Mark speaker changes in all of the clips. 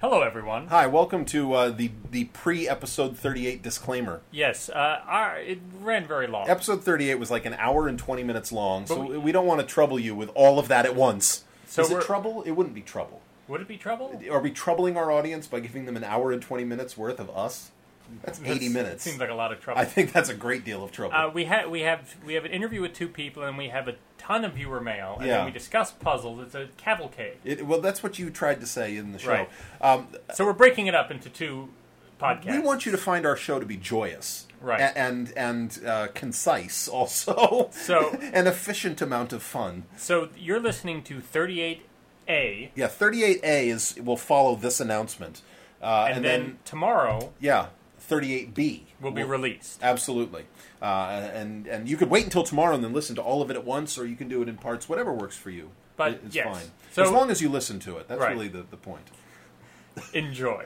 Speaker 1: Hello, everyone.
Speaker 2: Hi, welcome to uh, the the pre episode thirty eight disclaimer.
Speaker 1: Yes, uh, our, it ran very long.
Speaker 2: Episode thirty eight was like an hour and twenty minutes long, so we, don't want to trouble you with all of that at once.
Speaker 1: So
Speaker 2: Is it
Speaker 1: we're-
Speaker 2: trouble? It wouldn't be trouble.
Speaker 1: Would it be trouble?
Speaker 2: Are we troubling our audience by giving them an hour and twenty minutes worth of us? That's eighty
Speaker 1: That's-
Speaker 2: minutes.
Speaker 1: Seems like a lot of trouble.
Speaker 2: I think that's a great deal of trouble.
Speaker 1: uh, we have we have we have an interview with two people, and we have a ton of viewer mail, and
Speaker 2: Yeah.
Speaker 1: then we discuss puzzles. It's a cavalcade.
Speaker 2: it, well, that's what you tried to say in the show.
Speaker 1: Right.
Speaker 2: Um,
Speaker 1: So we're breaking it up into two podcasts.
Speaker 2: we want you to find our show to be joyous,
Speaker 1: Right.
Speaker 2: a- and and uh, concise, also,
Speaker 1: So-
Speaker 2: an efficient amount of fun.
Speaker 1: so you're listening to 38A,
Speaker 2: Yeah, 38A is will follow this announcement, uh,
Speaker 1: and, then, tomorrow
Speaker 2: yeah, 38B
Speaker 1: will be released.
Speaker 2: absolutely. Uh, and and you could wait until tomorrow and then listen to all of it at once, or you can do it in parts, whatever works for you.
Speaker 1: But,
Speaker 2: It- it's
Speaker 1: yes.
Speaker 2: fine
Speaker 1: So-
Speaker 2: as long as you listen to it. That's
Speaker 1: Right.
Speaker 2: really the, the point.
Speaker 1: Enjoy.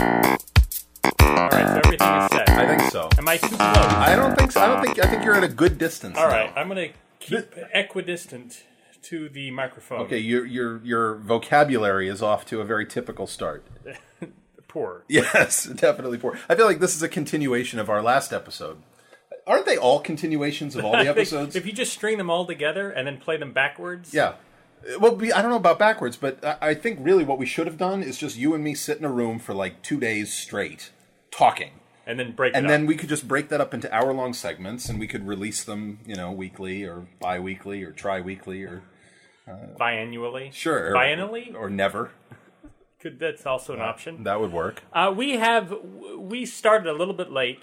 Speaker 1: All right, so everything is set.
Speaker 2: I think so.
Speaker 1: Am I too close?
Speaker 2: I don't think so. I don't think. I think you're at a good distance.
Speaker 1: All
Speaker 2: now.
Speaker 1: right, I'm going to keep equidistant to the microphone.
Speaker 2: Okay, your your your vocabulary is off to a very typical start.
Speaker 1: Poor.
Speaker 2: Yes, definitely poor. I feel like this is a continuation of our last episode. Aren't they all continuations of all the episodes?
Speaker 1: If you just string them all together and then play them backwards.
Speaker 2: Yeah. Uh, Well, we- I don't know about backwards, but I- I think really what we should have done is just you and me sit in a room for like two days straight talking.
Speaker 1: And then break
Speaker 2: And
Speaker 1: it
Speaker 2: then
Speaker 1: up.
Speaker 2: we could just break that up into hour long segments and we could release them, you know, weekly or bi weekly or tri weekly or
Speaker 1: biannually.
Speaker 2: sure. or-
Speaker 1: Biannually?
Speaker 2: Or Uh, never.
Speaker 1: Could, that's also an option.
Speaker 2: That would work.
Speaker 1: Uh, we have, w- we started a little bit late.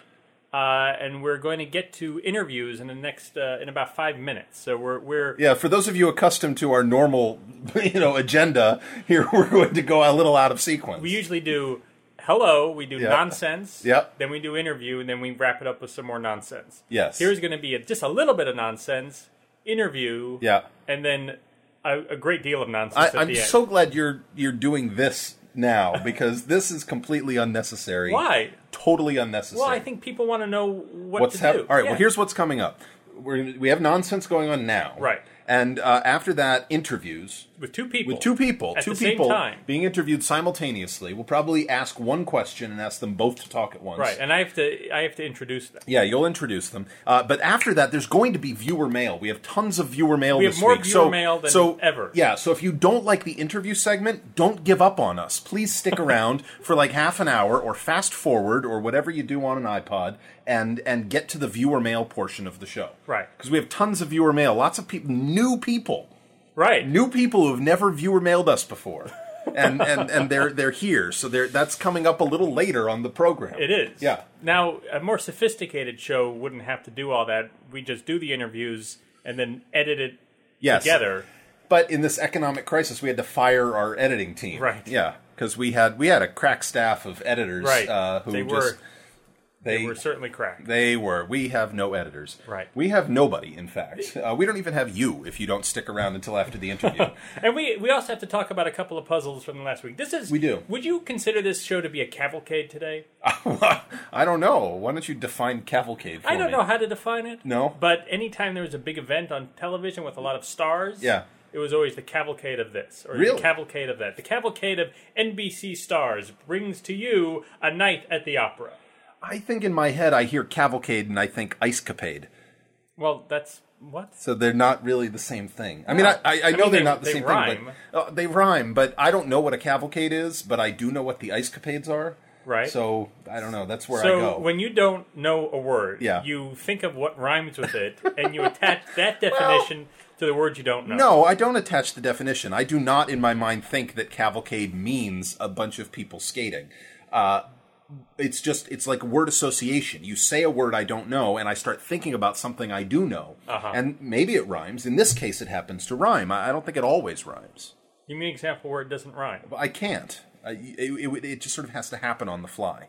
Speaker 1: Uh, and we're going to get to interviews in the next uh, in about five minutes. So we're we're
Speaker 2: Yeah, for those of you accustomed to our normal, you know, agenda, here we're going to go a little out of sequence.
Speaker 1: we usually do hello, we do
Speaker 2: Yeah.
Speaker 1: nonsense,
Speaker 2: Yep.
Speaker 1: then we do interview, and then we wrap it up with some more nonsense.
Speaker 2: Yes.
Speaker 1: Here's going to be a, just a little bit of nonsense, interview,
Speaker 2: yeah.
Speaker 1: and then a, a great deal of nonsense
Speaker 2: I,
Speaker 1: at
Speaker 2: I'm
Speaker 1: the end.
Speaker 2: so glad you're you're doing this now because this is completely unnecessary.
Speaker 1: Why?
Speaker 2: Totally unnecessary.
Speaker 1: Well, I think people want to know what
Speaker 2: what's
Speaker 1: to
Speaker 2: hap-
Speaker 1: do.
Speaker 2: All right.
Speaker 1: Yeah.
Speaker 2: Well, here's what's coming up. We're gonna, we have nonsense going on now.
Speaker 1: Right.
Speaker 2: And uh, after that, interviews
Speaker 1: with two people.
Speaker 2: with two people,
Speaker 1: At
Speaker 2: two
Speaker 1: the same
Speaker 2: people
Speaker 1: time.
Speaker 2: being interviewed simultaneously. We'll probably ask one question and ask them both to talk at once.
Speaker 1: Right, and I have to I have to introduce them.
Speaker 2: Yeah, you'll introduce them. Uh, but after that, there's going to be viewer mail. We have tons of viewer mail. We
Speaker 1: have more viewer mail than ever.
Speaker 2: Yeah. So if you don't like the interview segment, don't give up on us. Please stick around for like half an hour, or fast forward, or whatever you do on an iPod, and and get to the viewer mail portion of the show.
Speaker 1: Right.
Speaker 2: Because we have tons of viewer mail. Lots of people, new people,
Speaker 1: Right.
Speaker 2: new people who have never viewer mailed us before. and, and and they're they're here, so they're that's coming up a little later on the program.
Speaker 1: It is.
Speaker 2: Yeah.
Speaker 1: Now, a more sophisticated show wouldn't have to do all that. We just do the interviews and then edit it
Speaker 2: Yes.
Speaker 1: together.
Speaker 2: But in this economic crisis, we had to fire our editing team.
Speaker 1: Right.
Speaker 2: Yeah, because we had we had a crack staff of editors.
Speaker 1: Right.
Speaker 2: Uh, who
Speaker 1: they
Speaker 2: just,
Speaker 1: were
Speaker 2: they,
Speaker 1: they were certainly cracked.
Speaker 2: they were. We have no editors.
Speaker 1: Right.
Speaker 2: We have nobody. In fact, uh, we don't even have you if you don't stick around until after the interview.
Speaker 1: And we we also have to talk about a couple of puzzles from the last week. This is
Speaker 2: We do.
Speaker 1: Would you consider this show to be a cavalcade today?
Speaker 2: I don't know. Why don't you define cavalcade? For
Speaker 1: I don't
Speaker 2: me?
Speaker 1: know how to define it.
Speaker 2: No?
Speaker 1: But anytime there was a big event on television with a lot of stars,
Speaker 2: Yeah.
Speaker 1: it was always the cavalcade of this or
Speaker 2: Really?
Speaker 1: the cavalcade of that. The cavalcade of NBC stars brings to you a night at the opera.
Speaker 2: I think in my head I hear cavalcade and I think ice capade.
Speaker 1: Well, that's what?
Speaker 2: So they're not really the same thing. I mean, I, I, I know
Speaker 1: mean,
Speaker 2: they're
Speaker 1: they-
Speaker 2: not the
Speaker 1: they
Speaker 2: same thing,
Speaker 1: rhyme.
Speaker 2: but uh, they rhyme. But I don't know what a cavalcade is, but I do know what the ice capades are.
Speaker 1: Right.
Speaker 2: So I don't know. That's where I
Speaker 1: So
Speaker 2: go.
Speaker 1: when you don't know a word,
Speaker 2: Yeah.
Speaker 1: you think of what rhymes with it and you attach that definition to the word you don't know.
Speaker 2: no, I don't attach the definition. I do not, in my mind, think that cavalcade means a bunch of people skating. Uh, it's just it's like word association. You say a word I don't know, and I start thinking about something I do know,
Speaker 1: Uh-huh.
Speaker 2: and maybe it rhymes. In this case, it happens to rhyme. I, I don't think it always rhymes.
Speaker 1: Give me an example where it doesn't rhyme.
Speaker 2: But I can't. I, it, it, it just sort of has to happen on the fly.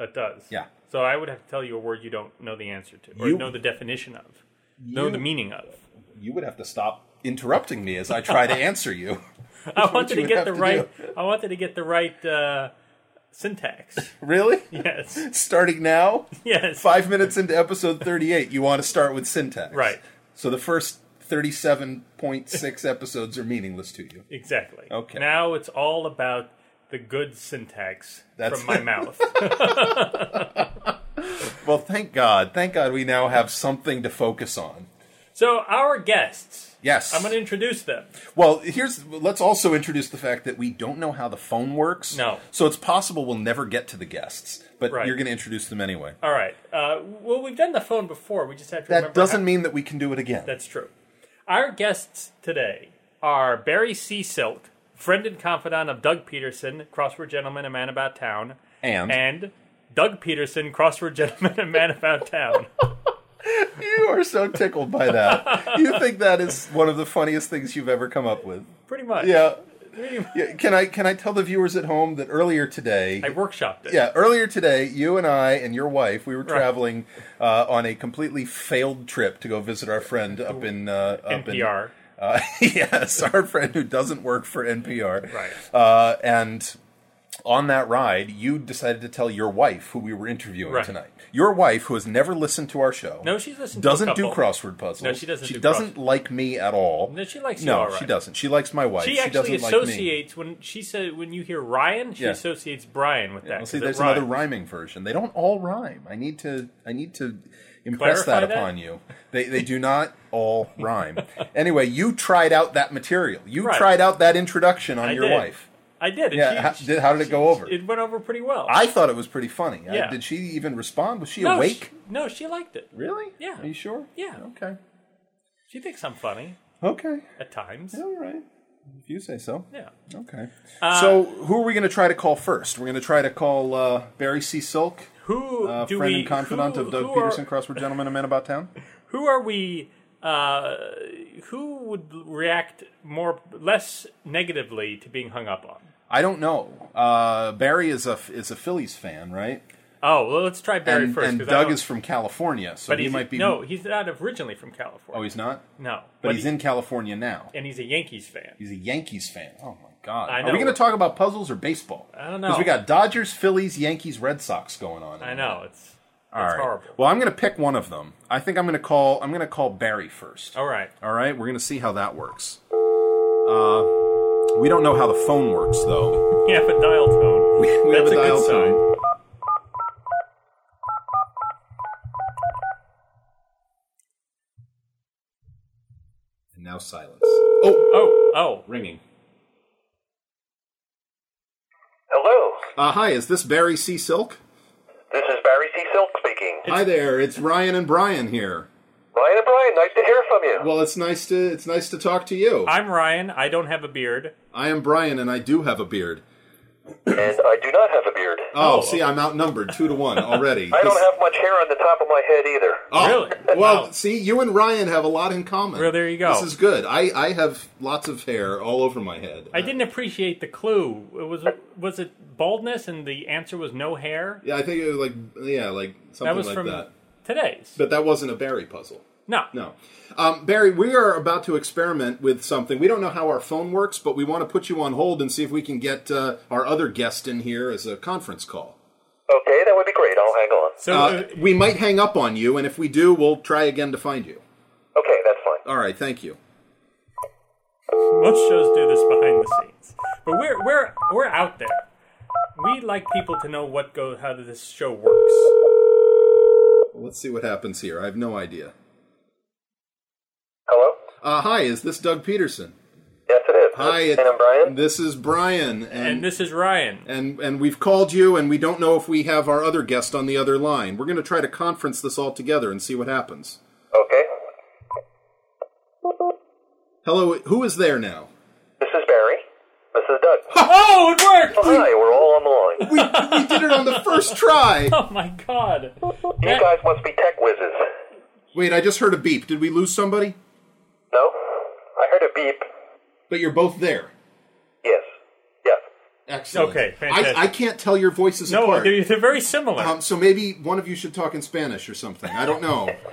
Speaker 1: It does.
Speaker 2: Yeah.
Speaker 1: So I would have to tell you a word you don't know the answer to, or
Speaker 2: You-
Speaker 1: know the definition of, know
Speaker 2: You-
Speaker 1: the meaning of.
Speaker 2: You would have to stop interrupting me as I try to answer you.
Speaker 1: I wanted
Speaker 2: you
Speaker 1: to
Speaker 2: would
Speaker 1: get
Speaker 2: have
Speaker 1: the
Speaker 2: to
Speaker 1: right. I wanted to get the right uh, syntax.
Speaker 2: Really?
Speaker 1: Yes.
Speaker 2: Starting now?
Speaker 1: Yes.
Speaker 2: Five minutes into episode 38, you want to start with syntax.
Speaker 1: Right.
Speaker 2: So the first thirty-seven point six episodes are meaningless to you.
Speaker 1: Exactly.
Speaker 2: Okay.
Speaker 1: Now it's all about the good syntax
Speaker 2: That's-
Speaker 1: from my mouth.
Speaker 2: Well, thank God, thank God, we now have something to focus on.
Speaker 1: so our guests.
Speaker 2: Yes.
Speaker 1: I'm going to introduce them.
Speaker 2: Well, here's let's also introduce the fact that we don't know how the phone works.
Speaker 1: No.
Speaker 2: So it's possible we'll never get to the guests, but
Speaker 1: Right.
Speaker 2: you're going to introduce them anyway.
Speaker 1: All right. Uh, well, we've done the phone before. We just have to remember
Speaker 2: That doesn't
Speaker 1: how-
Speaker 2: mean that we can do it again.
Speaker 1: That's true. Our guests today are Barry C. Silk, friend and confidant of Doug Peterson, crossword gentleman, a man about town,
Speaker 2: And?
Speaker 1: and Doug Peterson, crossword gentleman, a man about town.
Speaker 2: you are so tickled by that. you think that is one of the funniest things you've ever come up with?
Speaker 1: Pretty much.
Speaker 2: Yeah.
Speaker 1: Pretty much.
Speaker 2: Yeah, Can I can I tell the viewers at home that earlier today?
Speaker 1: I workshopped it.
Speaker 2: yeah, earlier today, you and I and your wife, we were traveling uh, on a completely failed trip to go visit our friend up in uh, up in
Speaker 1: NPR.
Speaker 2: Uh, yes, our friend who doesn't work for NPR.
Speaker 1: Right.
Speaker 2: Uh, and on that ride, you decided to tell your wife, who we were interviewing
Speaker 1: Right.
Speaker 2: tonight, your wife, who has never listened to our show.
Speaker 1: No, she's listened to a
Speaker 2: Doesn't do
Speaker 1: couple.
Speaker 2: crossword puzzles.
Speaker 1: No, she doesn't
Speaker 2: She
Speaker 1: do
Speaker 2: doesn't like me at all.
Speaker 1: No, she likes you
Speaker 2: No,
Speaker 1: all right.
Speaker 2: she doesn't. She likes my wife.
Speaker 1: She,
Speaker 2: doesn't
Speaker 1: actually
Speaker 2: like me.
Speaker 1: associates when she said when you hear Ryan, she
Speaker 2: Yeah.
Speaker 1: associates Brian with that.
Speaker 2: Well,
Speaker 1: 'cause
Speaker 2: see,
Speaker 1: it
Speaker 2: there's another
Speaker 1: rhymes.
Speaker 2: rhyming version. They don't all rhyme. I need to. I need to impress
Speaker 1: Clarify
Speaker 2: that
Speaker 1: that?
Speaker 2: upon you. They they do not all rhyme. anyway, you tried out that material. You
Speaker 1: Right.
Speaker 2: tried out that introduction on
Speaker 1: I
Speaker 2: your
Speaker 1: did.
Speaker 2: wife.
Speaker 1: I did. and
Speaker 2: Yeah,
Speaker 1: she-
Speaker 2: how-
Speaker 1: she-
Speaker 2: did- how did it go
Speaker 1: she-
Speaker 2: over?
Speaker 1: It went over pretty well.
Speaker 2: I thought it was pretty funny. I-
Speaker 1: Yeah.
Speaker 2: did she even respond? Was she
Speaker 1: no,
Speaker 2: awake?
Speaker 1: She, no, she liked it.
Speaker 2: really?
Speaker 1: Yeah.
Speaker 2: Are you sure?
Speaker 1: Yeah.
Speaker 2: Okay.
Speaker 1: She thinks I'm funny
Speaker 2: Okay.
Speaker 1: at times.
Speaker 2: All right. If you say so.
Speaker 1: Yeah. Uh,
Speaker 2: Okay. so who are we going to try to call first? We're going to try to call uh, Barry C. Silk,
Speaker 1: Who
Speaker 2: uh,
Speaker 1: do
Speaker 2: friend
Speaker 1: we?
Speaker 2: and confidant
Speaker 1: who,
Speaker 2: of Doug
Speaker 1: who
Speaker 2: Peterson,
Speaker 1: Are,
Speaker 2: crossword gentleman, a man about town.
Speaker 1: who are we? Uh, who would react more less negatively to being hung up on?
Speaker 2: I don't know. Uh, Barry is a is a Phillies fan, right?
Speaker 1: Oh, well, let's try Barry
Speaker 2: And,
Speaker 1: first.
Speaker 2: and
Speaker 1: 'cause I
Speaker 2: Doug
Speaker 1: don't-
Speaker 2: is from California, so
Speaker 1: but
Speaker 2: he
Speaker 1: he's-
Speaker 2: might be.
Speaker 1: No, he's not originally from California.
Speaker 2: oh, he's not.
Speaker 1: no,
Speaker 2: But, he's in California now.
Speaker 1: and he's a Yankees fan.
Speaker 2: He's a Yankees fan. Oh my God!
Speaker 1: I
Speaker 2: Are
Speaker 1: know.
Speaker 2: we going to talk about puzzles or baseball?
Speaker 1: I don't know.
Speaker 2: Because we got Dodgers, Phillies, Yankees, Red Sox going on.
Speaker 1: I know it's
Speaker 2: All
Speaker 1: it's
Speaker 2: right.
Speaker 1: horrible.
Speaker 2: Well, I'm going to pick one of them. I think I'm going to call. I'm going to call Barry first.
Speaker 1: All right.
Speaker 2: All right, we're gonna see how that works. Uh, we don't know how the phone works though.
Speaker 1: We have a dial tone.
Speaker 2: We, we
Speaker 1: That's
Speaker 2: have a, dial
Speaker 1: good
Speaker 2: tone.
Speaker 1: sign.
Speaker 2: And now silence. Oh,
Speaker 1: Oh, oh,
Speaker 2: ringing.
Speaker 3: Hello,
Speaker 2: Uh, hi, is this Barry C. Silk?
Speaker 3: this is Barry C. Silk speaking.
Speaker 2: hi there, it's Ryan and Brian here.
Speaker 3: Ryan and Brian, nice to hear from you.
Speaker 2: Well, it's nice to it's nice to talk to you. I,
Speaker 1: I'm Ryan. I don't have a beard.
Speaker 2: am Brian, and I do have a beard.
Speaker 3: And I do not have a beard.
Speaker 2: Oh, see, I'm outnumbered two to one already.
Speaker 3: I don't have much hair on the top of my head either.
Speaker 2: Oh,
Speaker 1: Really?
Speaker 2: Well,
Speaker 1: Wow.
Speaker 2: see, you and Ryan have a lot in common.
Speaker 1: Well, there you go.
Speaker 2: This is good. I, I have lots of hair all over my head.
Speaker 1: I didn't appreciate the clue. It was was it baldness, and the answer was no hair.
Speaker 2: Yeah, I think it was like yeah, like something
Speaker 1: That was
Speaker 2: like
Speaker 1: from
Speaker 2: that.
Speaker 1: today's.
Speaker 2: But that wasn't a Barry puzzle.
Speaker 1: no,
Speaker 2: No, um, Barry, we are about to experiment with something. We don't know how our phone works, but we want to put you on hold and see if we can get uh, our other guest in here as a conference call. Oh.
Speaker 3: Okay, that would be great. I'll hang on.
Speaker 1: So
Speaker 2: Uh,
Speaker 1: uh,
Speaker 2: we might hang up on you, and if we do, we'll try again to find you.
Speaker 3: Okay, that's fine.
Speaker 2: All right, thank you.
Speaker 1: most shows do this behind the scenes, but we're we're we're out there. We like people to know what goes, how this show works.
Speaker 2: Let's see what happens here. I have no idea.
Speaker 3: Hello?
Speaker 2: Uh, hi, is this Doug Peterson?
Speaker 3: Yes, it is.
Speaker 2: Hi,
Speaker 3: and I'm Brian.
Speaker 2: This is Brian,
Speaker 1: And
Speaker 2: and
Speaker 1: this is Ryan.
Speaker 2: and and we've called you and we don't know if we have our other guest on the other line we're going to try to conference this all together and see what happens
Speaker 3: Okay,
Speaker 2: hello who is there now
Speaker 3: this is Barry. This is Doug.
Speaker 1: Oh, it
Speaker 3: Oh,
Speaker 1: worked!
Speaker 3: hi, we're all on the line.
Speaker 2: we, we did it on the first try
Speaker 1: Oh my god!
Speaker 3: You guys must be tech whizzes.
Speaker 2: wait i just heard a beep did we lose somebody
Speaker 3: No? I heard a beep.
Speaker 2: but you're both there
Speaker 3: Yes. Yes.
Speaker 2: excellent
Speaker 1: Okay,
Speaker 2: I,
Speaker 1: fantastic.
Speaker 2: I can't tell your voices
Speaker 1: No,
Speaker 2: apart
Speaker 1: they're, they're very similar.
Speaker 2: um, so maybe one of you should talk in spanish or something i don't know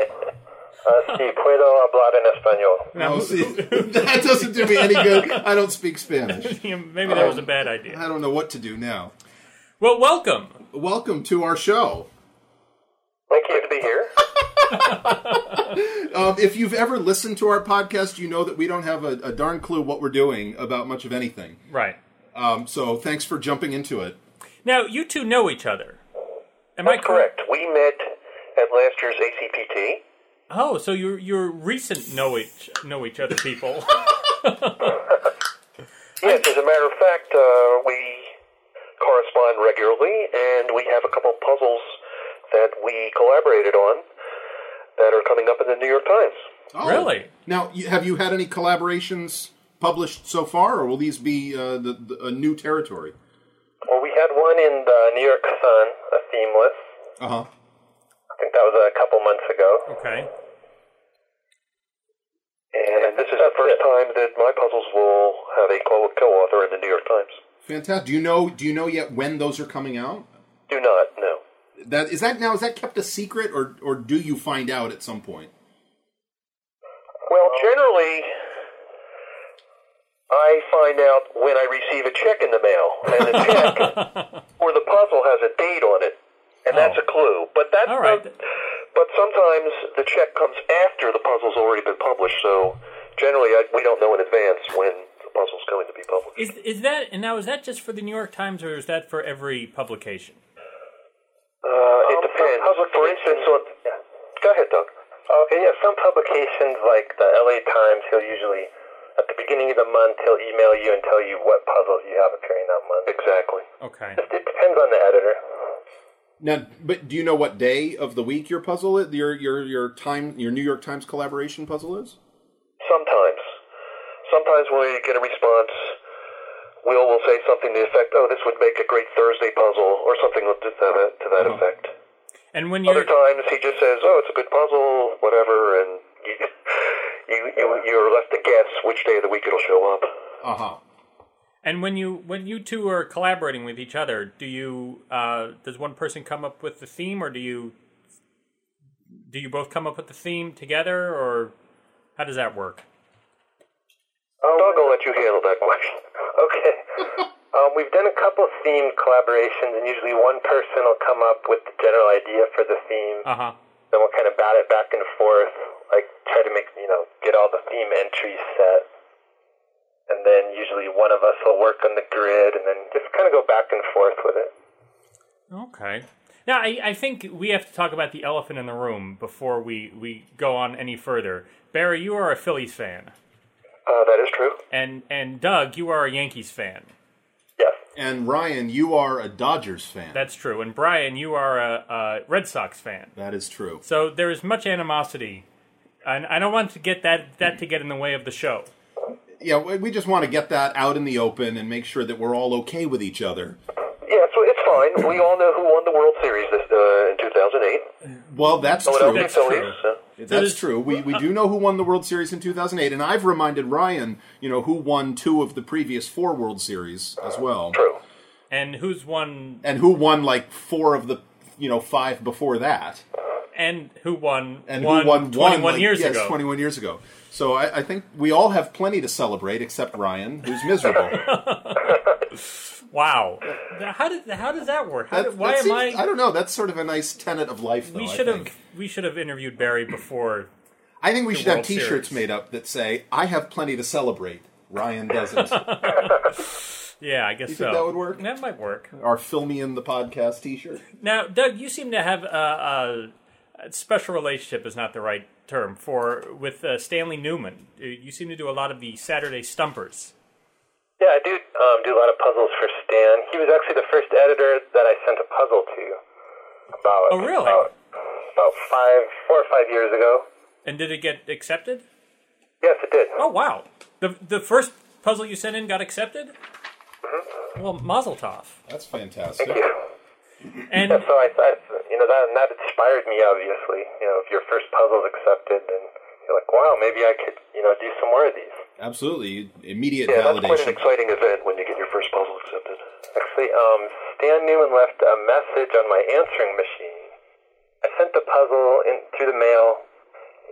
Speaker 3: Uh, si puedo hablar en español.
Speaker 1: Now,
Speaker 2: Oh, see, that doesn't do me any good i don't speak spanish
Speaker 1: Maybe that was a bad idea.
Speaker 2: i don't know what to do now
Speaker 1: Well, welcome.
Speaker 2: welcome to our show
Speaker 3: Thank you to be here.
Speaker 2: Um, if you've ever listened to our podcast, you know that we don't have a, a darn clue what we're doing about much of anything.
Speaker 1: Right.
Speaker 2: Um, so thanks for jumping into it.
Speaker 1: Now, you two know each other. Am I
Speaker 3: That's
Speaker 1: correct?
Speaker 3: correct. We met at last year's ACPT.
Speaker 1: Oh, so you're you're recent know each know each other people.
Speaker 3: Yes, as a matter of fact, uh, we correspond regularly, and we have a couple puzzles that we collaborated on that are coming up in the New York Times.
Speaker 2: Oh.
Speaker 1: Really?
Speaker 2: Now, you, have you had any collaborations published so far, or will these be uh, the, the, a new territory?
Speaker 3: Well, we had one in the New York Sun, a seamless.
Speaker 2: Uh huh.
Speaker 3: I think that was a couple months ago.
Speaker 1: okay.
Speaker 3: And this is the first time that my puzzles will have a co- co-author in the New York Times.
Speaker 2: Fantastic. Do you know? Do you know yet when those are coming out?
Speaker 3: Do not, no.
Speaker 2: That is that now is that kept a secret, or or do you find out at some point?
Speaker 3: Well, generally, I find out when I receive a check in the mail, and the check or the puzzle has a date on it, and that's a clue. But that,
Speaker 1: Oh. All right.
Speaker 3: but sometimes the check comes after the puzzle's already been published, so generally I, we don't know in advance when the puzzle's going to be published.
Speaker 1: Is is that and now is that just for the New York Times or is that for every publication?
Speaker 3: Uh, it depends. For instance, on, go ahead, Doug. Okay, yeah, some publications like the LA Times, he'll usually, at the beginning of the month, he'll email you and tell you what puzzles you have appearing that month. Exactly.
Speaker 1: Okay.
Speaker 3: It depends on the editor.
Speaker 2: Now, but do you know what day of the week your puzzle, i- your your your time, your New York Times collaboration puzzle is?
Speaker 3: Sometimes. Sometimes when we get a response, Will will say something to the effect, oh, this would make a great Thursday puzzle, or something to that, to that effect.
Speaker 1: And when
Speaker 3: Other
Speaker 1: you're
Speaker 3: times he just says, "Oh, it's a good puzzle, whatever," and you, you, you you're left to guess which day of the week it'll show up.
Speaker 2: Uh huh.
Speaker 1: and when you when you two are collaborating with each other, do you uh, does one person come up with the theme or do you do you both come up with the theme together or how does that work?
Speaker 3: Doug, I'll let you handle that question. Okay. um, we've done a couple theme collaborations, and usually one person will come up with the general idea for the theme.
Speaker 1: Uh huh.
Speaker 3: then we'll kind of bat it back and forth, like try to make you know get all the theme entries set, and then usually one of us will work on the grid, and then just kind of go back and forth with it.
Speaker 1: Okay. Now, I, I think we have to talk about the elephant in the room before we, we go on any further. Barry, you are a Phillies fan,
Speaker 3: Uh, that is true.
Speaker 1: and and Doug, you are a Yankees fan.
Speaker 3: Yes.
Speaker 2: And Ryan, you are a Dodgers fan.
Speaker 1: That's true. And Brian, you are a, a Red Sox fan.
Speaker 2: that is true.
Speaker 1: So there is much animosity, and I don't want to get that that to get in the way of the show.
Speaker 2: Yeah, we we just want to get that out in the open and make sure that we're all okay with each other.
Speaker 3: Yeah, so it's fine. We all know who won the World Series this uh, in 2008.
Speaker 2: Well, that's true.
Speaker 3: Philadelphia
Speaker 1: That's true.
Speaker 3: Phillies. so-
Speaker 2: That's true. We we do know who won the World Series in 2008, and I've reminded Ryan, you know, who won two of the previous four World Series as well,
Speaker 3: True.
Speaker 1: And who's won?
Speaker 2: and who won like four of the you know five before that,
Speaker 1: And who won?
Speaker 2: and
Speaker 1: one
Speaker 2: who won
Speaker 1: 21
Speaker 2: one, like,
Speaker 1: years
Speaker 2: yes,
Speaker 1: ago.
Speaker 2: 21 years ago. So I, I think we all have plenty to celebrate, except Ryan, who's miserable.
Speaker 1: Wow. How did how does that work? How,
Speaker 2: That-
Speaker 1: did- why
Speaker 2: that
Speaker 1: am
Speaker 2: seems-
Speaker 1: I?
Speaker 2: I don't know. That's sort of a nice tenet of life. Though,
Speaker 1: we
Speaker 2: I
Speaker 1: should
Speaker 2: think.
Speaker 1: have we should have interviewed Barry before
Speaker 2: I think we should have
Speaker 1: World
Speaker 2: T-shirts
Speaker 1: Series.
Speaker 2: made up that say "I have plenty to celebrate." Ryan doesn't.
Speaker 1: Yeah, I guess
Speaker 2: think
Speaker 1: so.
Speaker 2: that would work?
Speaker 1: That might work.
Speaker 2: Our "Fill Me in the Podcast" T-shirt.
Speaker 1: Now, Doug, you seem to have a, a special relationship is not the right term for with uh, Stanley Newman. Uh, You seem to do a lot of the Saturday stumpers.
Speaker 3: Yeah, I do um, do a lot of puzzles for Stan. He was actually the first editor that I sent a puzzle to about
Speaker 1: Oh, really?
Speaker 3: about, about five, four or five years ago.
Speaker 1: And did it get accepted?
Speaker 3: Yes, it did.
Speaker 1: Oh wow! The the first puzzle you sent in got accepted. Well, Mazel Tov.
Speaker 2: That's fantastic.
Speaker 3: Thank you.
Speaker 1: And
Speaker 3: Yeah, so I, I, you know, that that inspired me. Obviously, you know, if your first puzzle's accepted, then you're like, wow, maybe I could, you know, do some more of these.
Speaker 2: Absolutely, immediate
Speaker 3: Yeah, that's quite an
Speaker 2: validation.
Speaker 3: exciting event when you get your first puzzle accepted. Actually, um, Stan Newman left a message on my answering machine. I sent the puzzle in through the mail,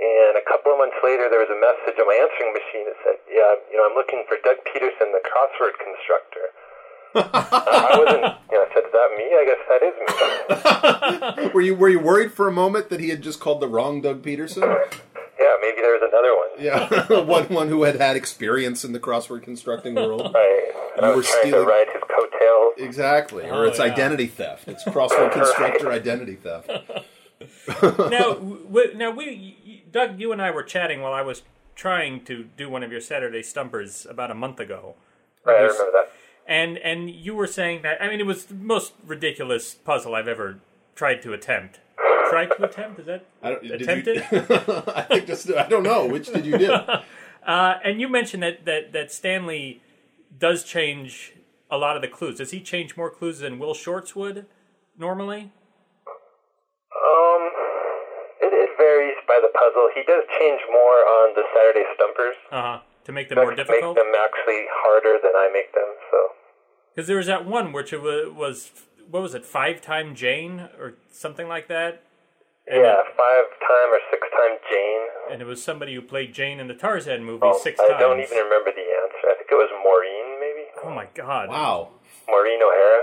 Speaker 3: and a couple of months later, there was a message on my answering machine that said, "Yeah, you know, I'm looking for Doug Peterson, the crossword constructor." Uh, I wasn't. You know, I said, "Is that me?" I guess that is me.
Speaker 2: were you were you worried for a moment that he had just called the wrong Doug Peterson?
Speaker 3: yeah, maybe there was another one.
Speaker 2: Yeah, one one who had had experience in the crossword constructing world.
Speaker 3: Right. And I
Speaker 2: You
Speaker 3: was
Speaker 2: were
Speaker 3: trying
Speaker 2: stealing-
Speaker 3: to ride his coattails.
Speaker 2: Exactly, or it's
Speaker 1: Oh, yeah.
Speaker 2: identity theft. It's crossword constructor identity theft.
Speaker 1: now, w- now we, y- Doug, you and I were chatting while I was trying to do one of your Saturday stumpers about a month ago,
Speaker 3: Right, I
Speaker 1: Yes.
Speaker 3: remember that.
Speaker 1: and and you were saying that I mean it was the most ridiculous puzzle I've ever tried to attempt. tried to attempt is that
Speaker 2: I don't, did you-
Speaker 1: attempted?
Speaker 2: I think just I don't know which did you do.
Speaker 1: Uh, and you mentioned that, that that Stanley does change a lot of the clues. Does he change more clues than Will Shorts would normally?
Speaker 3: Um, it, it varies by the puzzle. He does change more on the Saturday stumpers.
Speaker 1: Uh, to make them
Speaker 3: Does
Speaker 1: more
Speaker 3: make
Speaker 1: difficult?
Speaker 3: them actually harder than I make them. So
Speaker 1: Because there was that one which it wa- was, what was it, five time Jane or something like that? And
Speaker 3: yeah, five time or six time Jane.
Speaker 1: It, and it was somebody who played Jane in the Tarzan movie
Speaker 3: Um,
Speaker 1: Oh, six
Speaker 3: I
Speaker 1: times.
Speaker 3: don't even remember the answer. I think it was Maureen, maybe
Speaker 1: Oh my god.
Speaker 2: Wow,
Speaker 3: Maureen O'Hara.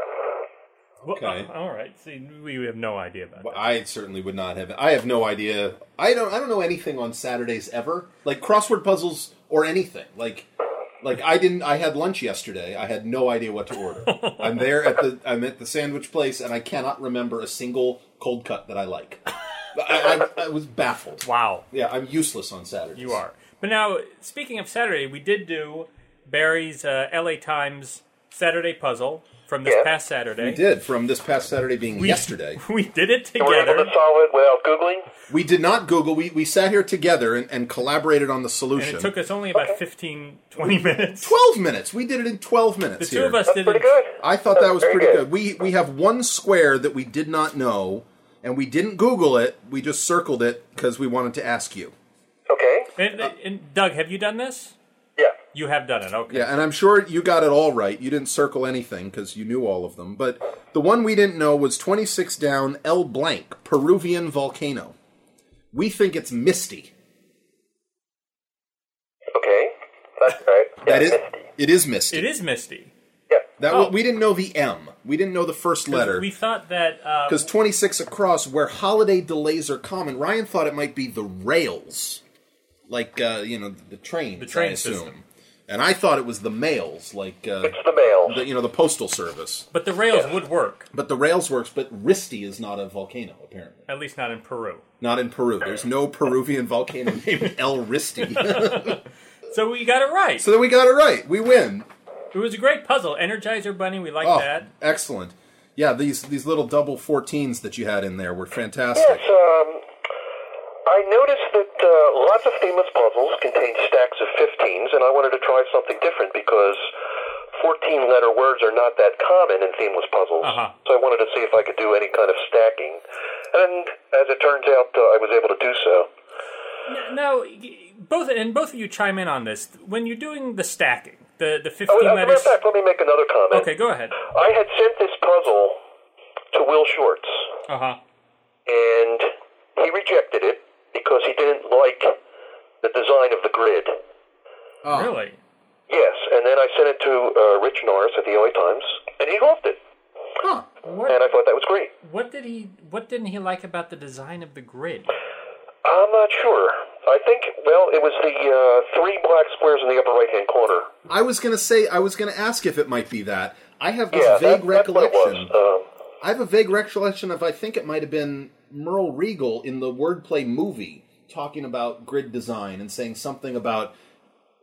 Speaker 1: Well,
Speaker 2: Okay.
Speaker 1: uh, all right. See, we have no idea about that.
Speaker 2: I certainly would not have. I have no idea. I don't. I don't know anything on Saturdays ever, like crossword puzzles or anything. Like, like I didn't. I had lunch yesterday. I had no idea what to order. I'm there at the. I'm at the sandwich place, and I cannot remember a single cold cut that I like. I, I, I was baffled.
Speaker 1: Wow.
Speaker 2: Yeah, I'm useless on Saturdays.
Speaker 1: You are. But now, speaking of Saturday, we did do Barry's uh, LA Times Saturday puzzle from this
Speaker 3: Yeah.
Speaker 1: past Saturday.
Speaker 2: We did from this past Saturday being yesterday.
Speaker 1: We did it
Speaker 3: Were you able
Speaker 1: together.
Speaker 3: to solve it without googling?
Speaker 2: We did not Google. We, we sat here together and, and collaborated on the
Speaker 1: And
Speaker 2: solution.
Speaker 1: it took us only about fifteen, twenty 15, 20 minutes.
Speaker 2: twelve minutes. We did it in twelve minutes.
Speaker 1: the two
Speaker 2: here.
Speaker 1: of us
Speaker 3: That's
Speaker 1: did
Speaker 3: pretty
Speaker 1: it.
Speaker 3: good.
Speaker 2: I thought that was
Speaker 3: Very
Speaker 2: pretty
Speaker 3: good.
Speaker 2: good. We we have one square that we did not know, and we didn't Google it. We just circled it because we wanted to ask you.
Speaker 3: Okay.
Speaker 1: And, and Doug, have you done this?
Speaker 3: Yeah.
Speaker 1: You have done it. Okay.
Speaker 2: Yeah, and I'm sure you got it all right. You didn't circle anything because you knew all of them. But the one we didn't know was 26 down L blank Peruvian volcano. We think it's misty.
Speaker 3: Okay. That's right. Yeah,
Speaker 2: That is,
Speaker 3: Misty.
Speaker 2: it is misty.
Speaker 1: It is Misty.
Speaker 3: Yeah.
Speaker 2: That
Speaker 1: Oh.
Speaker 2: we didn't know the M. We didn't know the first letter.
Speaker 1: We thought that. Uh,
Speaker 2: Because 26 across, where holiday delays are common, Ryan thought it might be the rails. Like, uh, you know, the train. The
Speaker 1: train
Speaker 2: I assume.
Speaker 1: system.
Speaker 2: And I thought it was the mails, like, uh,
Speaker 3: It's the mail.
Speaker 2: the, you know, the postal service.
Speaker 1: but the rails would work,
Speaker 2: But the rails works, but Risti is not a volcano, apparently.
Speaker 1: at least not in Peru.
Speaker 2: Not in Peru. There's no Peruvian volcano named El Risti.
Speaker 1: So we got it right.
Speaker 2: so then we got it right. We win.
Speaker 1: it was a great puzzle. Energizer Bunny, we like
Speaker 2: Oh,
Speaker 1: that.
Speaker 2: excellent. Yeah, these, these little double 14s that you had in there were
Speaker 3: Yes,
Speaker 2: fantastic.
Speaker 3: um, I noticed that uh, lots of famous puzzles contain stacks of 15s, and I wanted to try something different because 14 letter words are not that common in themeless puzzles.
Speaker 1: Uh-huh.
Speaker 3: So I wanted to see if I could do any kind of stacking. And as it turns out, uh, I was able to do so.
Speaker 1: Now, y- both and both of you chime in on this. When you're doing the stacking, the the 15
Speaker 3: Oh, as a matter
Speaker 1: letters.
Speaker 3: of fact, let me make another comment.
Speaker 1: Okay, go ahead.
Speaker 3: I had sent this puzzle to Will Shorts.
Speaker 1: Uh huh.
Speaker 3: and he rejected it because he didn't like the design of the grid.
Speaker 2: Oh,
Speaker 1: Really?
Speaker 3: Yes, and then I sent it to uh, Rich Norris at the LA Times, and he loved it,
Speaker 2: Huh.
Speaker 3: and
Speaker 1: What
Speaker 3: I thought that was great.
Speaker 1: what did he what didn't he like about the design of the grid?
Speaker 3: I'm not sure. I think, well, it was the uh, three black squares in the upper right hand corner.
Speaker 2: I was gonna say I was gonna ask if it might be that. I have this
Speaker 3: Yeah,
Speaker 2: vague
Speaker 3: that, that's what it was.
Speaker 2: recollection.
Speaker 3: Um,
Speaker 2: I have a vague recollection of I think it might have been Merle Regal in the wordplay movie talking about grid design and saying something about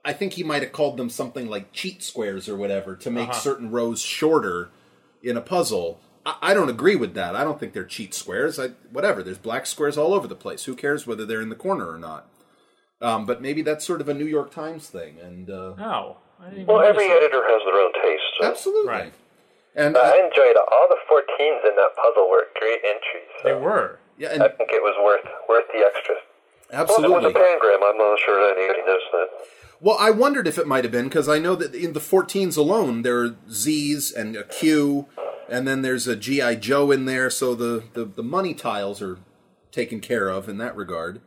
Speaker 2: I think he might have called them something like cheat squares or whatever to make certain rows shorter in a puzzle. I, I don't agree with that. I don't think they're cheat squares. I whatever. There's black squares all over the place. Who cares whether they're in the corner or not? Um, but maybe that's sort of a New York Times thing and uh,
Speaker 1: Oh, I didn't even
Speaker 3: well,
Speaker 1: notice
Speaker 3: every
Speaker 1: that.
Speaker 3: editor has their own taste. So.
Speaker 2: Absolutely.
Speaker 1: Right.
Speaker 2: And
Speaker 3: I
Speaker 2: uh,
Speaker 3: enjoyed it. All the 14s in that puzzle were great entries.
Speaker 1: They
Speaker 3: So
Speaker 1: were.
Speaker 2: yeah,
Speaker 3: I
Speaker 2: and
Speaker 3: think it was worth worth the extras. Well, it was a
Speaker 2: absolutely.
Speaker 3: pangram. I'm not sure that anybody knows that.
Speaker 2: Well, I wondered if it might have been because I know that in the 14s alone there are Z's and a Q, and then there's a GI Joe in there, so the, the the money tiles are taken care of in that regard.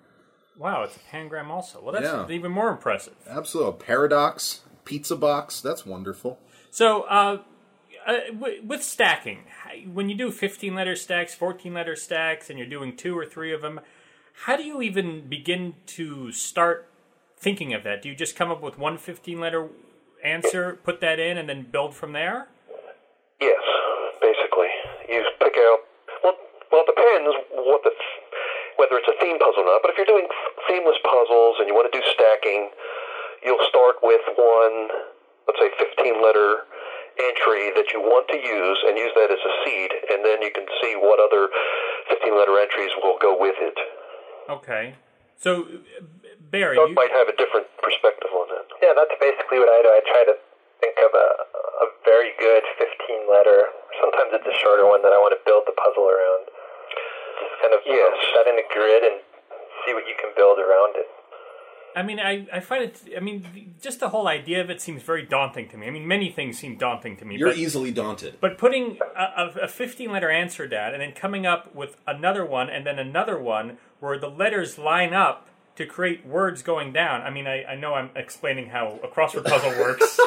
Speaker 1: Wow, it's a pangram also. Well, that's
Speaker 2: Yeah.
Speaker 1: even more impressive.
Speaker 2: Absolutely, a paradox, pizza box. That's wonderful.
Speaker 1: So, uh, uh, wi- with stacking, h- when you do 15 letter stacks, 14 letter stacks, and you're doing two or three of them, how do you even begin to start thinking of that? Do you just come up with one 15 letter answer, put that in, and then build from there?
Speaker 3: Yes, basically. You pick out. Well, well, it depends what the whether it's a theme puzzle or not. But if you're doing themeless puzzles and you want to do stacking, you'll start with one, let's say, 15-letter entry that you want to use, and use that as a seed, and then you can see what other 15-letter entries will go with it.
Speaker 1: Okay. So, uh, Barry, you,
Speaker 3: Doug might have a different perspective on that.
Speaker 4: Yeah, that's basically what I do. I try to think of a, a very good 15 letter. Sometimes it's a shorter one that I want to build the puzzle around. Just kind of
Speaker 3: Yes.
Speaker 4: set in a grid and see what you can build around it.
Speaker 1: I mean, I, I find it, I mean, just the whole idea of it seems very daunting to me. I mean, many things seem daunting to me.
Speaker 2: You're
Speaker 1: but,
Speaker 2: easily daunted.
Speaker 1: But putting a, a, a 15 letter answer down and then coming up with another one and then another one where the letters line up to create words going down. I mean, I, I know I'm explaining how a crossword puzzle works.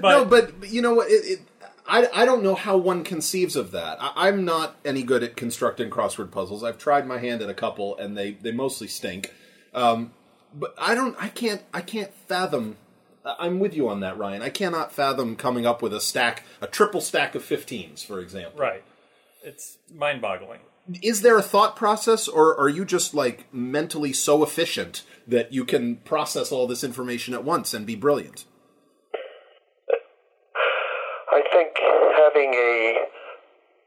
Speaker 2: no, but but you know what? It, it, I, I don't know how one conceives of that. I, I'm not any good at constructing crossword puzzles. I've tried my hand at a couple, and they, they mostly stink. Um, but I don't. I can't. I can't fathom. I- I'm with you on that, Ryan. I cannot fathom coming up with a stack, a triple stack of 15s, for example.
Speaker 1: Right. It's mind boggling.
Speaker 2: Is there a thought process, or are you just like mentally so efficient that you can process all this information at once and be brilliant?
Speaker 3: I think having a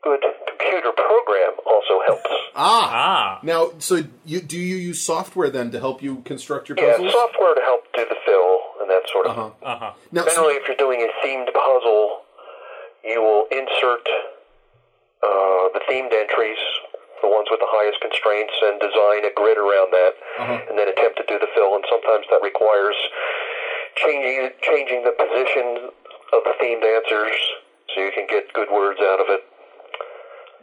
Speaker 3: good computer program also helps.
Speaker 2: Ah,
Speaker 1: Ah.
Speaker 2: Now, so you do you use software then to help you construct your
Speaker 3: Yeah,
Speaker 2: puzzles?
Speaker 3: software to help do the fill and that sort of.
Speaker 2: Uh-huh.
Speaker 1: Uh huh.
Speaker 2: Now,
Speaker 3: Generally, if you're doing a themed puzzle, you will insert uh, the themed entries, the ones with the highest constraints, and design a grid around that,
Speaker 2: Uh-huh.
Speaker 3: and then attempt to do the fill. And sometimes that requires changing changing the position of the themed answers so you can get good words out of it.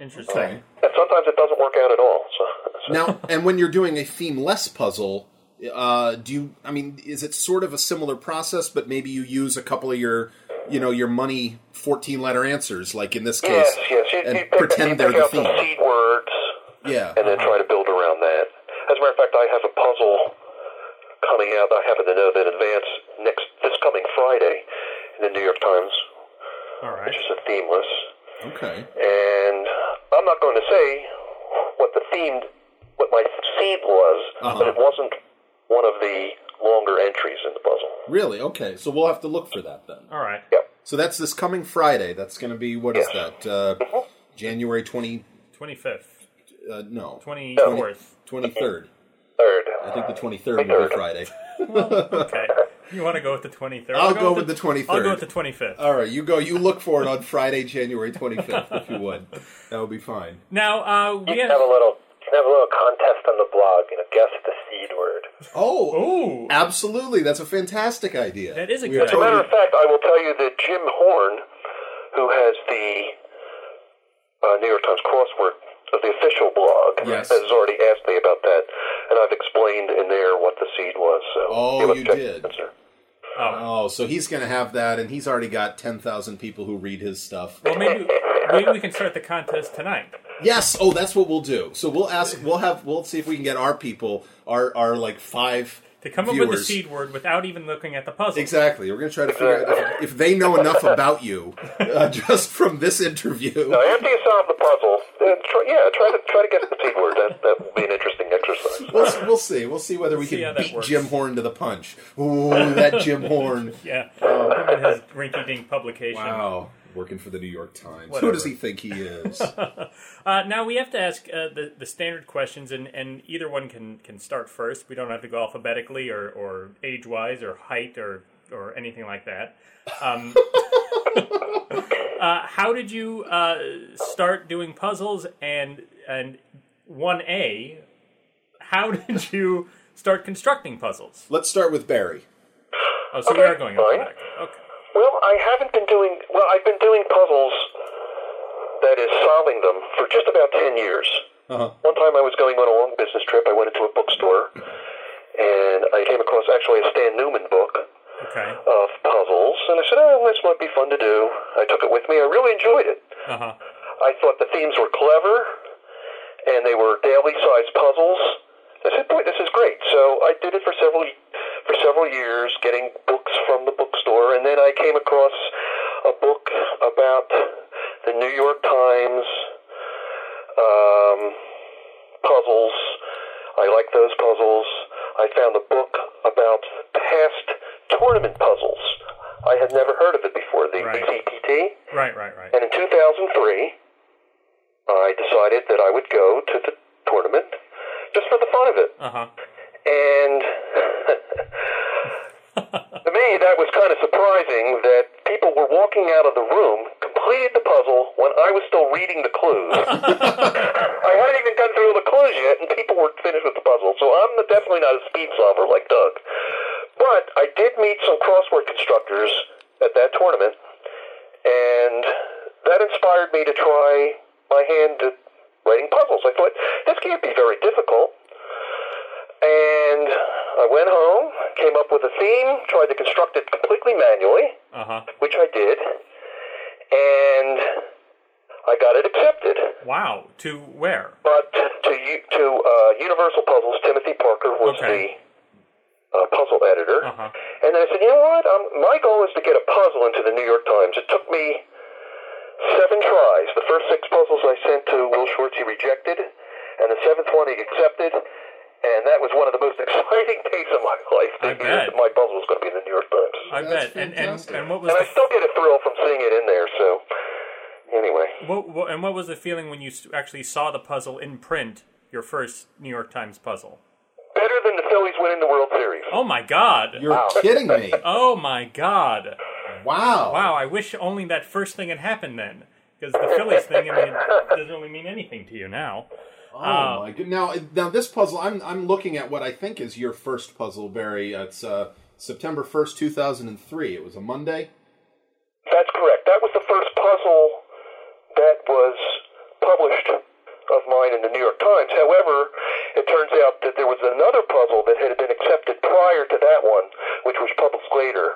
Speaker 1: Interesting.
Speaker 3: And sometimes it doesn't work out at all. So, so
Speaker 2: now, and when you're doing a themeless puzzle, uh, do you? I mean, is it sort of a similar process, but maybe you use a couple of your, you know, your money fourteen letter answers, like in this case,
Speaker 3: yes, yes, you,
Speaker 2: and
Speaker 3: you pick, you
Speaker 2: pretend they're
Speaker 3: pick
Speaker 2: the
Speaker 3: out
Speaker 2: theme.
Speaker 3: some seed words.
Speaker 2: Yeah.
Speaker 3: and then try to build around that. As a matter of fact, I have a puzzle coming out. I happen to know that in advance next this coming Friday in the New York Times,
Speaker 1: All right.
Speaker 3: which is a themeless.
Speaker 2: Okay.
Speaker 3: And I'm not going to say what the themed, what my seed was,
Speaker 2: Uh-huh.
Speaker 3: but it wasn't one of the longer entries in the puzzle.
Speaker 2: Really? Okay. So we'll have to look for that then.
Speaker 1: All right.
Speaker 3: Yep.
Speaker 2: So that's this coming Friday. That's going to be what is that? Uh, January twenty?
Speaker 1: 25th.
Speaker 2: Uh, no,
Speaker 1: 24th.
Speaker 2: twenty third.
Speaker 3: Third.
Speaker 2: I think the twenty third will be Friday.
Speaker 1: Okay. You want to go with the 23rd?
Speaker 2: Oh. I'll go with the
Speaker 1: I'll
Speaker 2: 23rd.
Speaker 1: go with the 25th.
Speaker 2: All right, you go. You look for it on Friday, January 25th, if you would. That would be fine.
Speaker 1: Now, uh, we have.
Speaker 4: Have a little have a little contest on the blog, you know, guess the seed word.
Speaker 2: Oh,
Speaker 1: Ooh.
Speaker 2: absolutely. That's a fantastic idea.
Speaker 1: That is a
Speaker 2: We
Speaker 1: good
Speaker 2: are
Speaker 1: idea.
Speaker 3: As a matter of fact, I will tell you that Jim Horn, who has the uh, New York Times crossword of the official blog,
Speaker 2: Yes.
Speaker 3: has already asked me about that, and I've explained in there what the seed was. So
Speaker 2: Oh,
Speaker 3: you'll
Speaker 2: you
Speaker 3: check
Speaker 2: did.
Speaker 3: the answer.
Speaker 2: Oh, so he's going to have that, and he's already got 10,000 people who read his stuff.
Speaker 1: Well, maybe, maybe we can start the contest tonight.
Speaker 2: Yes. Oh, that's what we'll do. So we'll ask. We'll have. We'll see if we can get our people, our our like five
Speaker 1: To come
Speaker 2: viewers.
Speaker 1: up with the seed word without even looking at the puzzle.
Speaker 2: Exactly. We're going to try to figure out if, if they know enough about you uh, just from this interview.
Speaker 3: Now, after you solve the puzzle, uh, try, yeah, try to try to guess the seed word. That that will be an interesting exercise.
Speaker 2: We'll, we'll see. We'll see whether we
Speaker 1: See how
Speaker 2: can
Speaker 1: that
Speaker 2: beat
Speaker 1: works.
Speaker 2: Jim Horn to the punch. Ooh, that Jim Horn.
Speaker 1: Yeah. Look at his rinky dink publication.
Speaker 2: Wow. Working for the New York Times. Who
Speaker 1: Whatever.
Speaker 2: does he think he is?
Speaker 1: Uh, now we have to ask uh, the the standard questions, and, and either one can, can start first. We don't have to go alphabetically or, or age wise or height or or anything like that. Um, uh, how did you uh, start doing puzzles? And and one A, how did you start constructing puzzles?
Speaker 2: Let's start with Barry.
Speaker 1: Oh, so we
Speaker 3: Okay,
Speaker 1: are going
Speaker 3: fine.
Speaker 1: alphabetically. Okay.
Speaker 3: Well, I haven't been doing well. I've been doing puzzles, that is solving them, for just about ten years.
Speaker 2: Uh-huh.
Speaker 3: One time I was going on a long business trip. I went into a bookstore and I came across actually a Stan Newman book.
Speaker 1: Okay.
Speaker 3: of puzzles, and I said, oh, this might be fun to do. I took it with me. I really enjoyed it.
Speaker 1: Uh huh.
Speaker 3: I thought the themes were clever, and they were daily sized puzzles. I said, boy, this is great. So I did it for several for several years, getting books from the bookstore, and then I came across a book about the New York Times um, puzzles. I like those puzzles. I found a book about past tournament puzzles. I had never heard of it before, the
Speaker 1: Right.
Speaker 3: BCPT.
Speaker 1: Right, right, right.
Speaker 3: And in 2003, I decided that I would go to the tournament just for the fun of it.
Speaker 1: Uh huh.
Speaker 3: And to me, that was kind of surprising that people were walking out of the room, completed the puzzle, when I was still reading the clues. I hadn't even gone through the clues yet, and people were finished with the puzzle. So I'm definitely not a speed solver like Doug. But I did meet some crossword constructors at that tournament, and that inspired me to try my hand at writing puzzles. I thought, this can't be very difficult. And I went home, came up with a theme, tried to construct it completely manually,
Speaker 1: Uh huh.
Speaker 3: which I did, and I got it accepted.
Speaker 1: Wow. To where?
Speaker 3: But to U- to uh, Universal Puzzles, Timothy Parker was
Speaker 1: Okay.
Speaker 3: the uh, puzzle editor,
Speaker 1: Uh huh.
Speaker 3: and then I said, you know what? Um, my goal is to get a puzzle into the New York Times. It took me seven tries. The first six puzzles I sent to Will Schwartz, he rejected, and the seventh one he accepted. And that was one of the most exciting days of my life.
Speaker 1: I
Speaker 3: to hear
Speaker 1: bet.
Speaker 3: That my puzzle was going to be in the New York Times.
Speaker 1: I bet.
Speaker 2: That's
Speaker 1: And, and
Speaker 2: fantastic.
Speaker 1: and what was
Speaker 3: and I
Speaker 1: the
Speaker 3: still get a thrill from seeing it in there. So, anyway,
Speaker 1: What, what and what was the feeling when you s- actually saw the puzzle in print? Your first New York Times puzzle.
Speaker 3: better than the Phillies winning the World Series.
Speaker 1: Oh my God!
Speaker 2: You're kidding me.
Speaker 1: oh my God!
Speaker 2: Wow.
Speaker 1: Wow! I wish only that first thing had happened then, because the Phillies thing I mean, it doesn't really mean anything to you now.
Speaker 2: Oh my good. Now, now this puzzle, I'm I'm looking at what I think is your first puzzle, Barry. It's uh, September first, two thousand and three. It was a Monday.
Speaker 3: That's correct. That was the first puzzle that was published of mine in the New York Times. However, it turns out that there was another puzzle that had been accepted prior to that one, which was published later.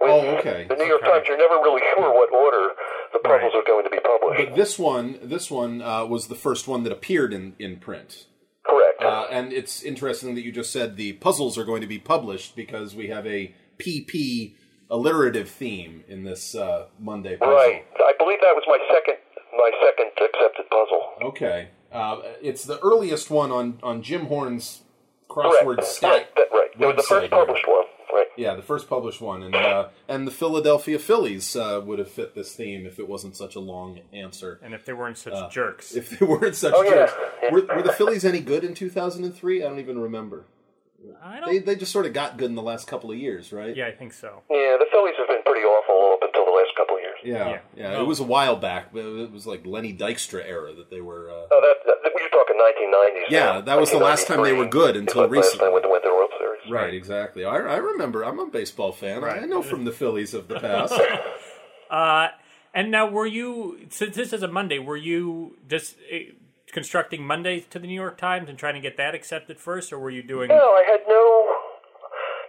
Speaker 3: With
Speaker 2: Oh, okay.
Speaker 3: The New York Times, you're never really sure what order the puzzles
Speaker 1: Right.
Speaker 3: are going to be published.
Speaker 2: But this one, this one uh, was the first one that appeared in in print.
Speaker 3: Correct.
Speaker 2: Uh, and it's interesting that you just said the puzzles are going to be published because we have a PP alliterative theme in this uh, Monday puzzle.
Speaker 3: right. I believe that was my second my second accepted puzzle.
Speaker 2: Okay. Uh, it's the earliest one on on Jim Horn's crossword
Speaker 3: correct.
Speaker 2: stack.
Speaker 3: Right. That, right. It was the
Speaker 2: website here.
Speaker 3: first published one. Right.
Speaker 2: Yeah, the first published one, and uh, and the Philadelphia Phillies uh, would have fit this theme if it wasn't such a long answer.
Speaker 1: And if they weren't such jerks,
Speaker 2: Uh, If they weren't such
Speaker 3: Oh, yeah.
Speaker 2: jerks, were, were the Phillies any good in two thousand and three? I don't even remember.
Speaker 1: I don't.
Speaker 2: They they just sort of got good in the last couple of years, right?
Speaker 1: yeah, I think so.
Speaker 3: Yeah, the Phillies have been pretty awful up until the last couple of years.
Speaker 2: yeah,
Speaker 1: Yeah.
Speaker 2: yeah.
Speaker 1: No.
Speaker 2: It was a while back, but it was like Lenny Dykstra era that they were. Uh,
Speaker 3: Oh, that, that you're talking 1990s.
Speaker 2: Yeah,
Speaker 3: now.
Speaker 2: that was the last time they were good
Speaker 3: 1993,
Speaker 2: until
Speaker 3: like last
Speaker 2: recently.
Speaker 3: time when they went to the World Series.
Speaker 2: right, exactly. I, I remember. I'm a baseball fan. I
Speaker 1: Right.
Speaker 2: know from the Phillies of the past.
Speaker 1: Uh, and now, were you since this is a Monday? Were you just eh, constructing Mondays to the New York Times and trying to get that accepted first, or were you doing?
Speaker 3: No, I had no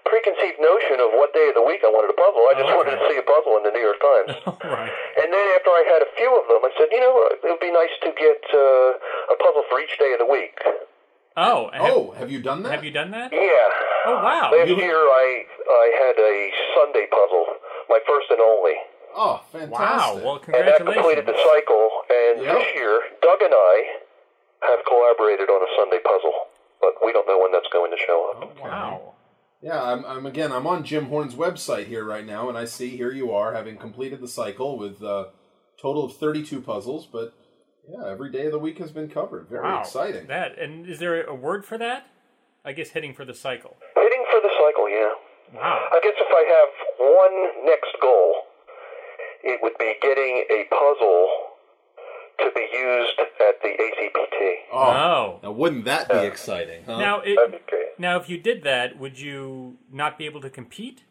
Speaker 3: preconceived notion of what day of the week I wanted a puzzle. I just
Speaker 1: Oh, okay.
Speaker 3: wanted to see a puzzle in the New York Times.
Speaker 1: right.
Speaker 3: and then after I had a few of them, I said, you know, it would be nice to get uh, a puzzle for each day of the week.
Speaker 1: Oh. and Have,
Speaker 2: oh, have you done that?
Speaker 1: Have you done that?
Speaker 3: Yeah.
Speaker 1: Oh wow.
Speaker 3: Last year, I I had a Sunday puzzle, my first and only.
Speaker 2: oh,
Speaker 1: Wow.
Speaker 2: fantastic!
Speaker 1: Well,
Speaker 3: And that completed
Speaker 1: congratulations.
Speaker 3: the cycle. And
Speaker 2: Yep.
Speaker 3: this year, Doug and I have collaborated on a Sunday puzzle, but we don't know when that's going to show up.
Speaker 1: Wow.
Speaker 2: Yeah, I'm, I'm again. I'm on Jim Horn's website here right now, and I see here you are having completed the cycle with a total of 32 puzzles. But yeah, every day of the week has been covered. Very
Speaker 1: Wow.
Speaker 2: exciting.
Speaker 1: That and is there a word for that? I guess hitting for the cycle.
Speaker 3: Hitting for the cycle, yeah.
Speaker 1: Wow.
Speaker 3: I guess if I have one next goal, it would be getting a puzzle to be used at the ACPT.
Speaker 1: Oh.
Speaker 2: now wouldn't that be exciting? Huh?
Speaker 1: Now,
Speaker 3: That'd
Speaker 1: it,
Speaker 3: be great.
Speaker 1: now, if you did that, would you not be able to compete?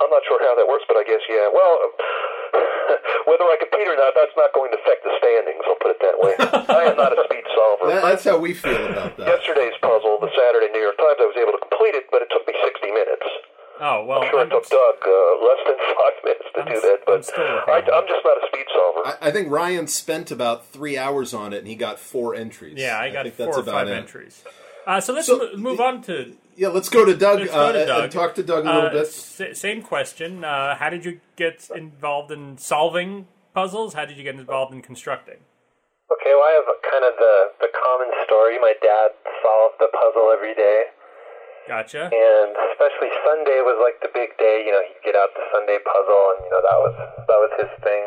Speaker 3: I'm not sure how that works, but I guess, yeah. Well, whether I compete or not, that's not going to affect the standings, I'll put it that way. I am not a speed solver.
Speaker 2: That- that's how we feel about that.
Speaker 3: Yesterday's puzzle, the Saturday New York Times, I was able to complete it, but it took me 60 minutes.
Speaker 1: Oh well,
Speaker 4: I'm sure it took Doug uh, less than five minutes to
Speaker 1: I'm
Speaker 4: do
Speaker 1: s-
Speaker 4: that, but
Speaker 1: I'm still working
Speaker 4: I,
Speaker 1: on it.
Speaker 4: I'm just not a speed solver.
Speaker 2: I, I think Ryan spent about three hours on it, and he got four entries.
Speaker 1: yeah, I got
Speaker 2: think
Speaker 1: four or five
Speaker 2: it.
Speaker 1: entries. Uh, so let's
Speaker 2: So-
Speaker 1: mo- move on to
Speaker 2: Yeah, let's go to Doug,
Speaker 1: Let's
Speaker 2: uh,
Speaker 1: go to
Speaker 2: and-
Speaker 1: Doug.
Speaker 2: and talk to Doug a
Speaker 1: uh,
Speaker 2: little bit.
Speaker 1: s- same question. Uh, how did you get involved in solving puzzles? How did you get involved in constructing?
Speaker 3: Okay, well, I have kind of the, the common story. My dad solved the puzzle every day,
Speaker 1: Gotcha.
Speaker 3: and especially Sunday was like the big day. You know, he'd get out the Sunday puzzle, and you know that was that was his thing.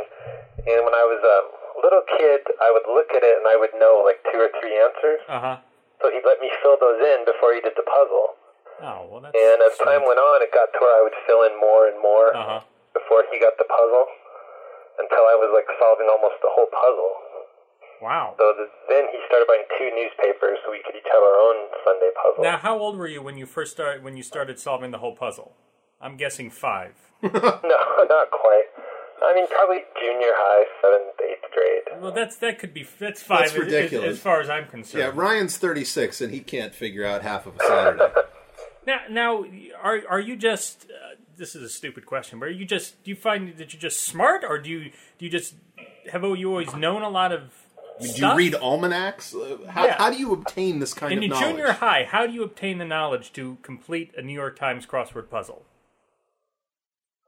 Speaker 3: And when I was a little kid, I would look at it and I would know like two or three answers.
Speaker 1: Uh huh.
Speaker 3: So he'd let me fill those in before he did the puzzle.
Speaker 1: Oh well, that's
Speaker 3: And as time went on, it got to where I would fill in more and more
Speaker 1: Uh huh.
Speaker 3: before he got the puzzle, until I was like solving almost the whole puzzle.
Speaker 1: Wow.
Speaker 3: So th then he started buying two newspapers so we could each have our own Sunday puzzle.
Speaker 1: Now, how old were you when you first started when you started solving the whole puzzle? I'm guessing five.
Speaker 3: No, not quite. I mean, probably junior high, seventh, eighth grade.
Speaker 1: Well, that's that could be that's five.
Speaker 2: That's
Speaker 1: as- as-
Speaker 2: ridiculous.
Speaker 1: As, far as I'm
Speaker 2: Yeah,
Speaker 1: concerned.
Speaker 2: Ryan's 36, and he can't figure out half of a Saturday.
Speaker 1: Now, now, are are you just? Uh, this is a stupid question, but are you just? Do you find that you're just smart, or do you do you just have you always known a lot of?
Speaker 2: do you
Speaker 1: stuff?
Speaker 2: read almanacs? Uh, How,
Speaker 1: Yeah.
Speaker 2: how do you obtain this kind
Speaker 1: in
Speaker 2: of
Speaker 1: your
Speaker 2: knowledge?
Speaker 1: junior high? How do you obtain the knowledge to complete a New York Times crossword puzzle?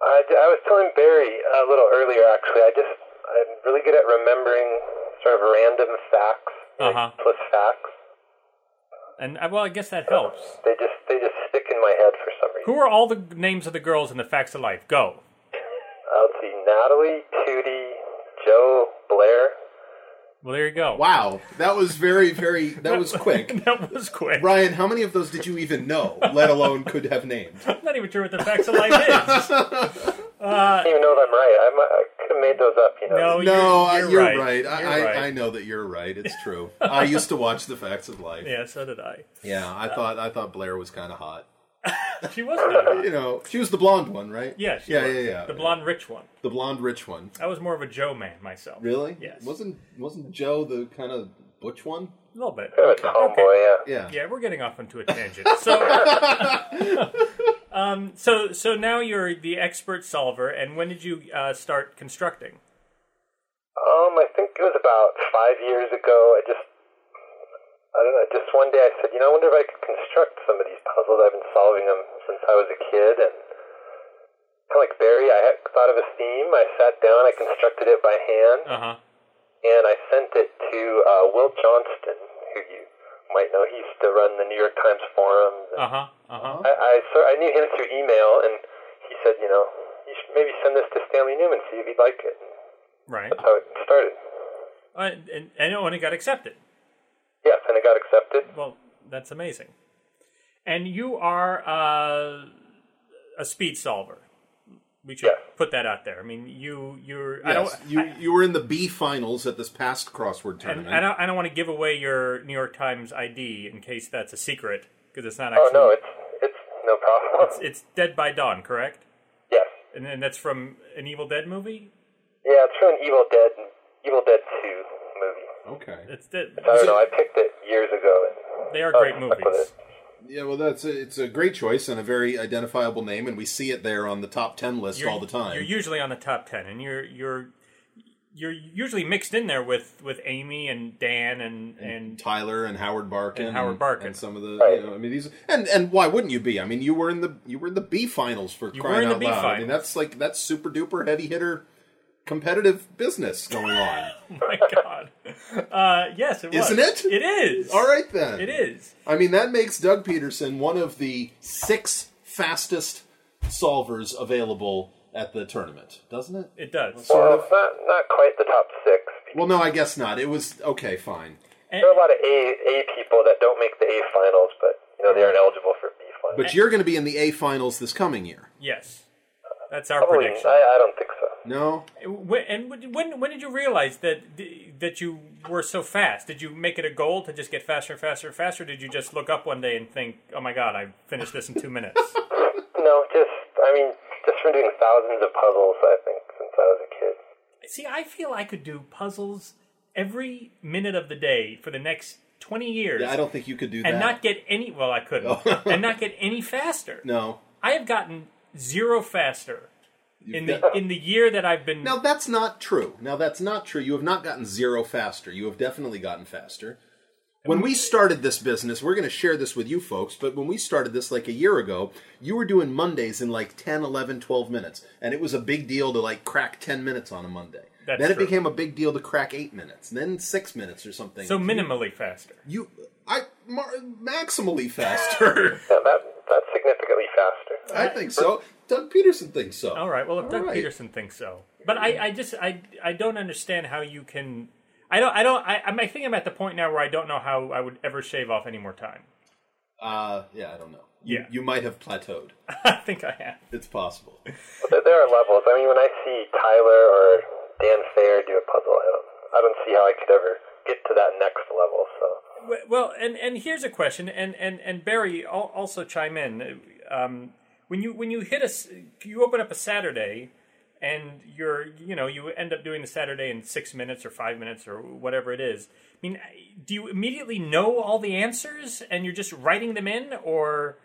Speaker 3: I, I was telling Barry a little earlier, actually. I just I'm really good at remembering sort of random facts, like,
Speaker 1: Uh-huh.
Speaker 3: plus facts.
Speaker 1: And uh, well, I guess that helps.
Speaker 3: They just they just stick in my head for some reason.
Speaker 1: Who are all the names of the girls in the Facts of Life? Go.
Speaker 3: Uh, let's see, Natalie, Tootie, Joe, Blair.
Speaker 1: Well, there you go.
Speaker 2: Wow, that was very, very, that was quick.
Speaker 1: that was quick.
Speaker 2: Ryan, how many of those did you even know, let alone could have named?
Speaker 1: I'm not even sure what the Facts of Life is.
Speaker 3: I don't even know if I'm right. I, might- I could have made those up, you know.
Speaker 1: No,
Speaker 2: no,
Speaker 1: Oh, you're,
Speaker 2: I-
Speaker 1: you're
Speaker 2: right. I,
Speaker 1: You're
Speaker 2: I,
Speaker 1: right.
Speaker 2: I know that you're right. It's true. I used to watch The Facts of Life.
Speaker 1: yeah, Uh, so did I.
Speaker 2: Yeah, I thought I thought Blair was kind of hot.
Speaker 1: She was not.
Speaker 2: You know, she was the blonde one, right?
Speaker 1: Yeah, she
Speaker 2: yeah,
Speaker 1: was.
Speaker 2: yeah, yeah.
Speaker 1: The blonde rich one.
Speaker 2: the blonde rich one.
Speaker 1: I was more of a Joe man myself.
Speaker 2: Really?
Speaker 1: Yes.
Speaker 2: Wasn't wasn't Joe the kind of butch one?
Speaker 1: A little bit.
Speaker 3: Kind of a tomboy, yeah.
Speaker 2: Yeah.
Speaker 1: Yeah, we're getting off into a tangent. So, um, so, so now you're the expert solver. And when did you uh, start constructing?
Speaker 3: Um, I think it was about five years ago. I just, I don't know, just one day I said, you know, I wonder if I could construct some of these puzzles. I've been solving them since I was a kid, and kind of like Barry, I had thought of a theme. I sat down, I constructed it by hand,
Speaker 1: Uh huh.
Speaker 3: and I sent it to uh, Will Johnston, who you might know. He used to run the New York Times forums.
Speaker 1: Uh huh. Uh
Speaker 2: Uh-huh.
Speaker 1: huh.
Speaker 3: I, I, so I knew him through email, and he said, you know, you should maybe send this to Stanley Newman, see if he'd like it.
Speaker 1: Right.
Speaker 3: That's how it started.
Speaker 1: Uh, and, and it only got accepted.
Speaker 3: Yes, and it got accepted.
Speaker 1: Well, that's amazing. And you are uh, a speed solver. We should
Speaker 3: Yes.
Speaker 1: put that out there. I mean, you you're I don't
Speaker 2: Yes, you you were in the B finals at this past crossword
Speaker 1: and
Speaker 2: tournament.
Speaker 1: I don't I don't want to give away your New York Times ID in case that's a secret because it's not
Speaker 3: Oh
Speaker 1: actually
Speaker 3: no, it's it's no problem.
Speaker 1: it's, it's Dead by Dawn, correct?
Speaker 3: yes,
Speaker 1: And, and that's from an Evil Dead movie.
Speaker 3: yeah, it's from an Evil Dead, Evil Dead Two movie.
Speaker 2: okay.
Speaker 1: It's the,
Speaker 3: I don't know. I picked it years ago. And,
Speaker 1: they are great
Speaker 3: Oh,
Speaker 1: movies.
Speaker 3: that's
Speaker 2: Yeah, well, that's a, it's a great choice and a very identifiable name, and we see it there on the top ten list all the time.
Speaker 1: You're usually on the top ten, and you're you're you're usually mixed in there with with Amy and Dan and and
Speaker 2: Tyler and Howard Barkin,
Speaker 1: And Howard Barkin.
Speaker 2: and some of the.
Speaker 3: Right.
Speaker 2: You know, I mean, these and and why wouldn't you be? I mean, you were in the you were in the B finals for
Speaker 1: You were
Speaker 2: crying
Speaker 1: in the
Speaker 2: out
Speaker 1: B
Speaker 2: loud. I mean,
Speaker 1: finals.
Speaker 2: that's like that's super duper heavy hitter, competitive business going on.
Speaker 1: my god. Uh, yes, it was.
Speaker 2: Isn't it?
Speaker 1: It is.
Speaker 2: all right then,
Speaker 1: It is.
Speaker 2: I mean, that makes Doug Peterson one of the six fastest solvers available at the tournament, doesn't it?
Speaker 1: It does.
Speaker 2: Sort
Speaker 3: well,
Speaker 2: of.
Speaker 3: not not quite the top six.
Speaker 2: Well, no, I guess not. It was okay, fine.
Speaker 1: And,
Speaker 3: There are a lot of A A people that don't make the A finals, but you know they aren't eligible for B finals.
Speaker 2: But you're going to be in the A finals this coming year.
Speaker 1: yes. That's our
Speaker 3: Probably, uh,
Speaker 1: prediction.
Speaker 3: I, I don't think so.
Speaker 2: No,
Speaker 1: When, and when- when when did you realize that that you were so fast? Did you make it a goal to just get faster and faster and faster? Or did you just look up one day and think, "Oh my god, I finished this in 2 minutes?"
Speaker 3: No, just I mean, just from doing thousands of puzzles, I think since I was a kid.
Speaker 1: See, I feel I could do puzzles every minute of the day for the next 20 years.
Speaker 2: I don't think you could do that.
Speaker 1: and not get any well I couldn't. and not get any faster.
Speaker 2: no,
Speaker 1: I have gotten zero faster in
Speaker 2: You've
Speaker 1: the in the year that I've been.
Speaker 2: Now that's not true. Now that's not true. You have not gotten zero faster. You have definitely gotten faster. When we started this business, we're going to share this with you folks, but when we started this like a year ago, you were doing Mondays in like 10, 11, 12 minutes, and it was a big deal to like crack 10 minutes on a Monday.
Speaker 1: That's
Speaker 2: then it
Speaker 1: true.
Speaker 2: became a big deal to crack 8 minutes, then 6 minutes or something.
Speaker 1: so minimally faster.
Speaker 2: you I mar- maximally faster.
Speaker 3: Yeah, that, that's significantly faster.
Speaker 2: I think so. Doug Peterson thinks so.
Speaker 1: All right. Well, if Doug
Speaker 2: right.
Speaker 1: Peterson thinks so, but I, I just, I, I don't understand how you can. I don't, I don't, I, I'm- I think I'm at the point now where I don't know how I would ever shave off any more time.
Speaker 2: Uh yeah, I don't know. You-
Speaker 1: Yeah.
Speaker 2: you might have plateaued.
Speaker 1: I think I have.
Speaker 2: It's possible.
Speaker 3: There, there are levels. I mean, when I see Tyler or Dan Thayer do a puzzle, I don't, I don't see how I could ever get to that next level. So
Speaker 1: W- Well, and and here's a question, and and and Barry, al- also chime in. Um, when you when you hit a, s- you open up a Saturday, and you're you know you end up doing a Saturday in six minutes or five minutes or whatever it is. I mean, do you immediately know all the answers and you're just writing them in, or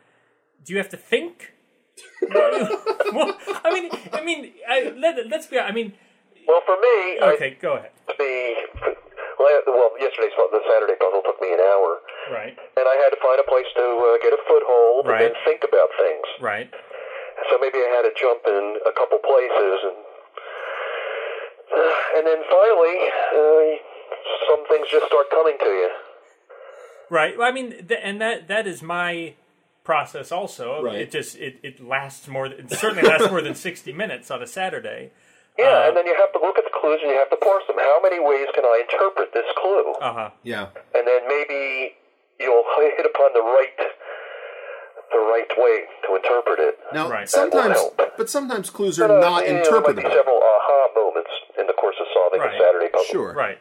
Speaker 1: do you have to think? well, I mean, I mean, I, let, let's be. I mean,
Speaker 3: Well, for me, I
Speaker 1: okay, go ahead.
Speaker 3: the well, well, yesterday's pu- the Saturday puzzle took me an hour,
Speaker 1: Right,
Speaker 3: and I had to find a place to uh, get a foothold
Speaker 1: Right.
Speaker 3: and think about things.
Speaker 1: right.
Speaker 3: So maybe I had to jump in a couple places, and and then finally, uh, some things just start coming to you.
Speaker 1: Right. Well, I mean, th- and that that is my process also.
Speaker 2: Right.
Speaker 1: It just it, it lasts more. Than, it certainly lasts more than sixty minutes on a Saturday.
Speaker 2: Um,
Speaker 3: Yeah, and then you have to look at the clues and you have to parse them. How many ways can I interpret this clue?
Speaker 1: Uh huh.
Speaker 2: Yeah.
Speaker 3: and then maybe you'll hit upon the right the right way to interpret it.
Speaker 2: Now,
Speaker 1: Right.
Speaker 2: sometimes,
Speaker 3: That will help.
Speaker 2: but sometimes clues are
Speaker 3: Uh,
Speaker 2: not
Speaker 3: you know, there might be
Speaker 2: interpretable.
Speaker 3: several aha moments in the course of solving
Speaker 1: Right.
Speaker 3: a Saturday puzzle.
Speaker 2: Sure.
Speaker 1: Right.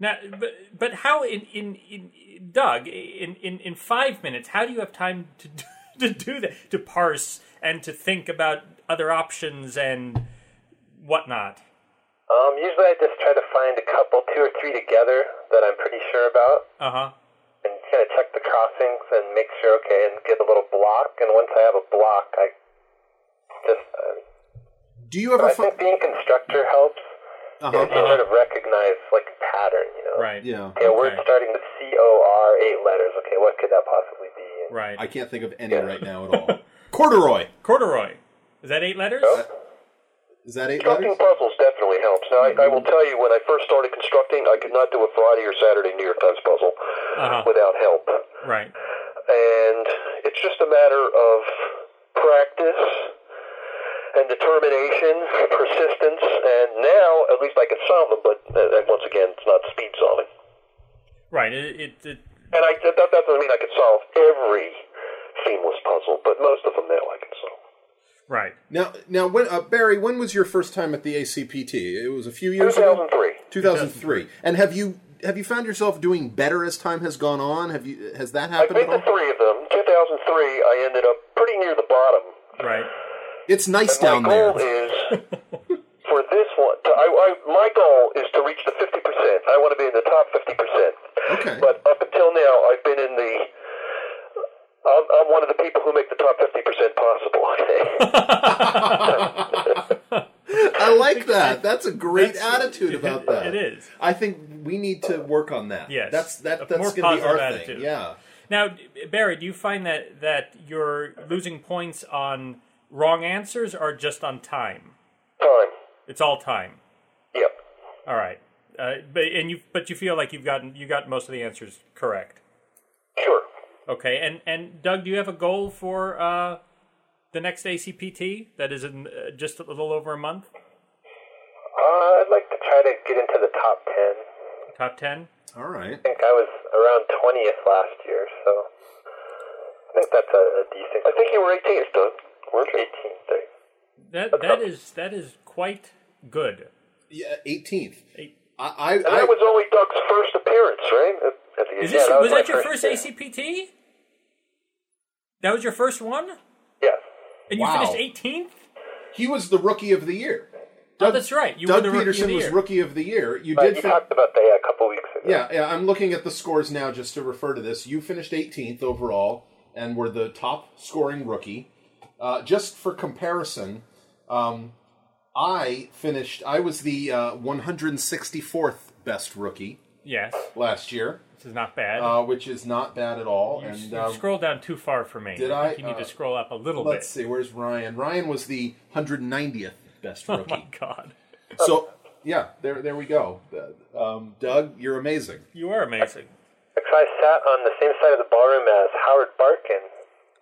Speaker 1: Now, but but how in in, in Doug in, in in five minutes? How do you have time to do- to do that to parse and to think about other options and whatnot?
Speaker 3: Um, usually I just try to find a couple, two or three together that I'm pretty sure about,
Speaker 1: Uh huh.
Speaker 3: and kind of check the crossings and make sure okay, and get a little block. And once I have a block, I just uh,
Speaker 2: Do you ever
Speaker 3: I
Speaker 2: find?
Speaker 3: think uh, being constructor helps.
Speaker 2: Uh-huh.
Speaker 3: You sort of recognize like a pattern, you know.
Speaker 1: Right.
Speaker 2: Yeah.
Speaker 3: Okay, we're
Speaker 1: Okay.
Speaker 3: starting with C O R eight letters. Okay, what could that possibly be?
Speaker 1: Right.
Speaker 2: I can't think of any right now at all. Corduroy.
Speaker 1: Corduroy. Is that eight letters?
Speaker 2: Is that eight
Speaker 3: Constructing
Speaker 2: letters?
Speaker 3: puzzles definitely helps. Now, I, I will tell you, when I first started constructing, I could not do a Friday or Saturday New York Times puzzle
Speaker 1: Uh-huh.
Speaker 3: without help,
Speaker 1: Right.
Speaker 3: and it's just a matter of practice and determination, persistence, and now at least I can solve them. But uh, once again, it's not speed solving.
Speaker 1: Right. It, it, it
Speaker 3: And I, that, that doesn't mean I can solve every seamless puzzle, but most of them now I can solve.
Speaker 1: right.
Speaker 2: Now, now, when uh, Barry, when was your first time at the ACPT? It was a few years ago.
Speaker 3: 2003.
Speaker 2: Two thousand three. And have you have you found yourself doing better as time has gone on? Have you has that
Speaker 3: I've
Speaker 2: happened
Speaker 3: made
Speaker 2: at
Speaker 3: the
Speaker 2: all?
Speaker 3: three of them. 2003, I ended up pretty near the bottom.
Speaker 1: Right.
Speaker 2: It's nice down
Speaker 3: my goal
Speaker 2: there.
Speaker 3: is for this one. To, I, I, my goal is to reach the 50%. I want to be in the top 50%.
Speaker 2: Okay.
Speaker 3: But up until now, I've been in the. I'm, I'm one of the people who make the top 50% possible. I think.
Speaker 2: I like that. That's a great attitude about that.
Speaker 1: it is.
Speaker 2: I think we need to work on that.
Speaker 1: Yes.
Speaker 2: That's
Speaker 1: A
Speaker 2: that, that's
Speaker 1: more
Speaker 2: going to be
Speaker 1: positive
Speaker 2: our
Speaker 1: attitude.
Speaker 2: thing. Yeah.
Speaker 1: Now, Barry, do you find that that you're losing points on wrong answers or just on time?
Speaker 3: Time.
Speaker 1: It's all time.
Speaker 3: Yep.
Speaker 1: All right. Uh, but and you but you feel like you've gotten you got most of the answers correct.
Speaker 3: Sure.
Speaker 1: Okay. And and Doug, do you have a goal for uh, the next ACPT that is in uh, just a little over a month?
Speaker 3: Uh, I'd like to try to get into the top 10. I
Speaker 1: Top 10?
Speaker 2: All right.
Speaker 3: think I was around 20th last year, so. I think that's a, a decent. I think you were 18th, Doug. Weren't you? 18th, right?
Speaker 1: That that is that is quite good.
Speaker 2: Yeah. Eighteenth.
Speaker 1: Eight-
Speaker 2: I,
Speaker 3: And
Speaker 2: I, I
Speaker 3: that was only Doug's first appearance, right? At- at the-
Speaker 1: Is
Speaker 3: yeah,
Speaker 1: this
Speaker 3: that
Speaker 1: was
Speaker 3: my
Speaker 1: that your first
Speaker 3: appearance.
Speaker 1: ACPT? That was your first one?
Speaker 3: Yes.
Speaker 1: And you
Speaker 2: Wow.
Speaker 1: finished 18th?
Speaker 2: He was the rookie of the year.
Speaker 1: oh, that's right. You
Speaker 2: Doug
Speaker 1: were the rookie of
Speaker 2: Peterson
Speaker 1: the
Speaker 2: was
Speaker 1: year.
Speaker 2: rookie of the year. You
Speaker 3: Right,
Speaker 2: did.
Speaker 3: you
Speaker 2: fin-
Speaker 3: talked about that a couple weeks ago.
Speaker 2: yeah, yeah. I'm looking at the scores now just to refer to this. You finished 18th overall and were the top scoring rookie. Uh, just for comparison, um, I finished. I was the uh, 164th best rookie
Speaker 1: Yes,
Speaker 2: last year,
Speaker 1: this is not bad.
Speaker 2: uh, which is not bad at all.
Speaker 1: You s-
Speaker 2: and
Speaker 1: you
Speaker 2: um,
Speaker 1: scroll down too far for me. think
Speaker 2: did I?
Speaker 1: You need
Speaker 2: Uh,
Speaker 1: to scroll up a little bit.
Speaker 2: let's see, where's Ryan? Ryan was the 190th best
Speaker 1: Oh
Speaker 2: rookie.
Speaker 1: my god,
Speaker 2: so yeah, there there we go. Uh, Um, Doug, you're amazing.
Speaker 1: you are amazing.
Speaker 4: I sat on the same side of the ballroom as Howard Barkin.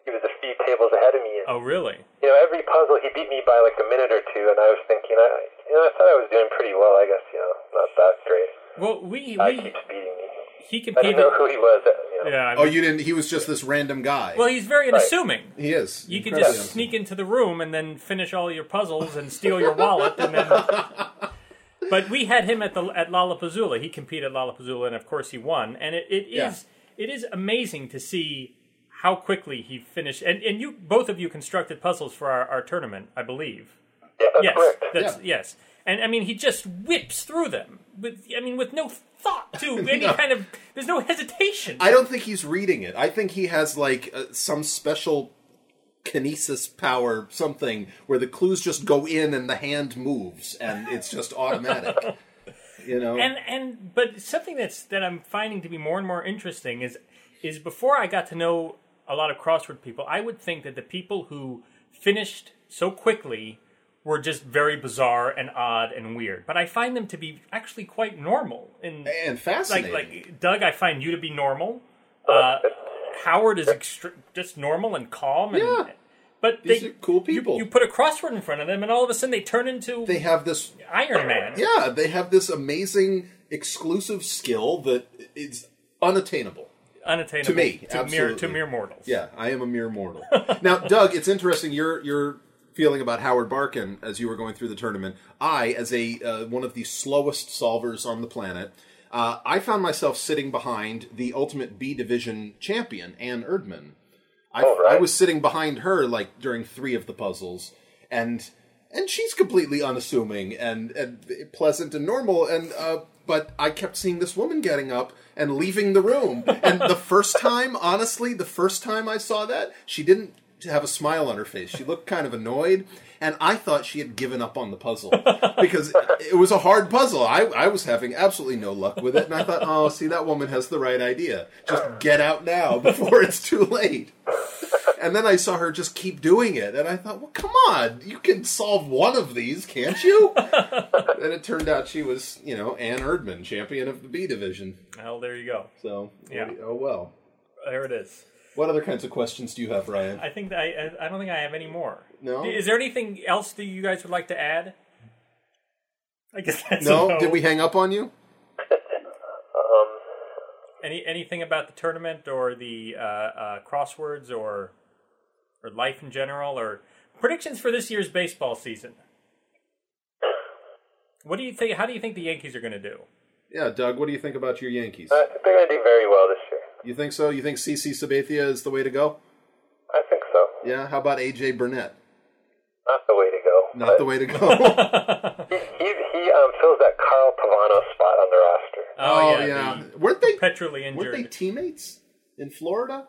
Speaker 4: He was a few tables ahead of me. And,
Speaker 1: Oh really?
Speaker 4: You know, every puzzle he beat me by like a minute or two, and I was thinking, I, you know, I thought I was doing pretty well. I guess you know, not that great.
Speaker 1: Well, we
Speaker 4: I
Speaker 1: we
Speaker 4: keeps beating me.
Speaker 1: he
Speaker 4: I didn't
Speaker 1: competed.
Speaker 4: know who he was. uh, You know.
Speaker 1: Yeah. I
Speaker 2: Oh,
Speaker 1: mean-
Speaker 2: you didn't. He was just this random guy.
Speaker 1: well, he's very unassuming.
Speaker 2: he is.
Speaker 1: You could
Speaker 2: Incredibly
Speaker 1: just sneak into the room and then finish all your puzzles and steal your wallet, and then. But we had him at the at Lollapuzzoola. He competed at Lollapuzzoola, and of course he won. And it, it is
Speaker 2: Yeah.
Speaker 1: it is amazing to see how quickly he finished. And and you both of you constructed puzzles for our, our tournament, I believe.
Speaker 4: Yeah, that's
Speaker 1: yes,
Speaker 4: correct.
Speaker 1: that's
Speaker 2: Yeah.
Speaker 1: yes. And I mean, he just whips through them with I mean, with no thought to any kind of. There's no hesitation.
Speaker 2: I don't think he's reading it. I think he has like uh, some special kinesis power, something where the clues just go in and the hand moves, and it's just automatic. you know,
Speaker 1: and and but something that's that I'm finding to be more and more interesting is is before I got to know a lot of crossword people, I would think that the people who finished so quickly were just very bizarre and odd and weird. But I find them to be actually quite normal. And
Speaker 2: and
Speaker 1: like
Speaker 2: fascinating.
Speaker 1: like Doug, I find you to be normal. Uh, Howard is extr just normal and calm. And,
Speaker 2: Yeah.
Speaker 1: But
Speaker 2: These
Speaker 1: they
Speaker 2: are cool
Speaker 1: you-
Speaker 2: people.
Speaker 1: You, put a crossword in front of them, and all of a sudden they turn into
Speaker 2: they have this
Speaker 1: Iron Man.
Speaker 2: Yeah, they have this amazing exclusive skill that is unattainable.
Speaker 1: unattainable
Speaker 2: To me,
Speaker 1: to mere to
Speaker 2: absolutely.
Speaker 1: mere mortals.
Speaker 2: Yeah, I am a mere mortal. now, Doug, it's interesting your your feeling about Howard Barkin as you were going through the tournament. I, as a uh, one of the slowest solvers on the planet, uh, I found myself sitting behind the ultimate B division champion, Anne Erdman. I,
Speaker 4: All right.
Speaker 2: I was sitting behind her like during three of the puzzles, and and she's completely unassuming and, and pleasant and normal and uh, but I kept seeing this woman getting up and leaving the room. And the first time, honestly, the first time I saw that, she didn't have a smile on her face. She looked kind of annoyed, and I thought she had given up on the puzzle because it was a hard puzzle. I, I was having absolutely no luck with it, and I thought, oh, see, that woman has the right idea. Just get out now before it's too late. And then I saw her just keep doing it, and I thought, well, come on, you can solve one of these, can't you? and it turned out she was, you know, Ann Erdman, champion of the B division.
Speaker 1: Well, there you go.
Speaker 2: So,
Speaker 1: Yeah.
Speaker 2: oh well.
Speaker 1: There it is.
Speaker 2: What other kinds of questions do you have, Ryan?
Speaker 1: I think that I I- I don't think I have any more.
Speaker 2: No?
Speaker 1: Is there anything else that you guys would like to add? I guess that's a
Speaker 2: no? Did we hang up on you?
Speaker 1: Any anything about the tournament or the uh, uh, crosswords or or life in general or predictions for this year's baseball season? What do you think? How do you think the Yankees are going to do?
Speaker 2: Yeah, Doug, what do you think about your Yankees?
Speaker 3: Uh,
Speaker 4: I think they're going to do very well this year.
Speaker 2: You think so? You think CC Sabathia is the way to go?
Speaker 4: I think so.
Speaker 2: Yeah, how about AJ Burnett?
Speaker 4: Not the way to go.
Speaker 3: Uh,
Speaker 2: Not the way to go.
Speaker 4: He he, he um, fills that Carl Pavano spot on the roster.
Speaker 1: the
Speaker 2: Oh, Weren't they
Speaker 1: petrally Oh, injured.
Speaker 2: weren't they teammates in Florida?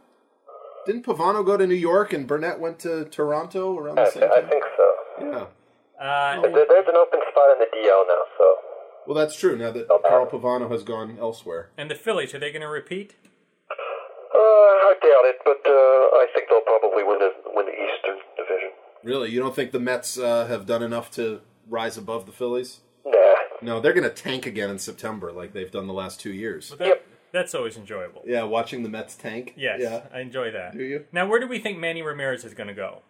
Speaker 2: Didn't Pavano go to New York and Burnett went to Toronto around the
Speaker 4: I,
Speaker 2: same
Speaker 4: th- I
Speaker 2: time?
Speaker 4: think so.
Speaker 2: Yeah.
Speaker 1: uh,
Speaker 4: There, there's an open spot in the DL now, so
Speaker 2: Well, that's true. Now that Carl Pavano has gone elsewhere,
Speaker 1: and the Phillies are they going to repeat?
Speaker 4: uh, I doubt it. But uh, I think they'll probably win the win the Eastern Division.
Speaker 2: really, you don't think the Mets uh, have done enough to rise above the Phillies?
Speaker 4: Nah.
Speaker 2: No, they're going to tank again in September, like they've done the last two years.
Speaker 1: That,
Speaker 4: Yep.
Speaker 1: That's always enjoyable.
Speaker 2: Yeah, watching the Mets tank.
Speaker 1: Yes,
Speaker 2: Yeah.
Speaker 1: I enjoy that.
Speaker 2: Do you?
Speaker 1: Now, where do we think Manny Ramirez is going to go?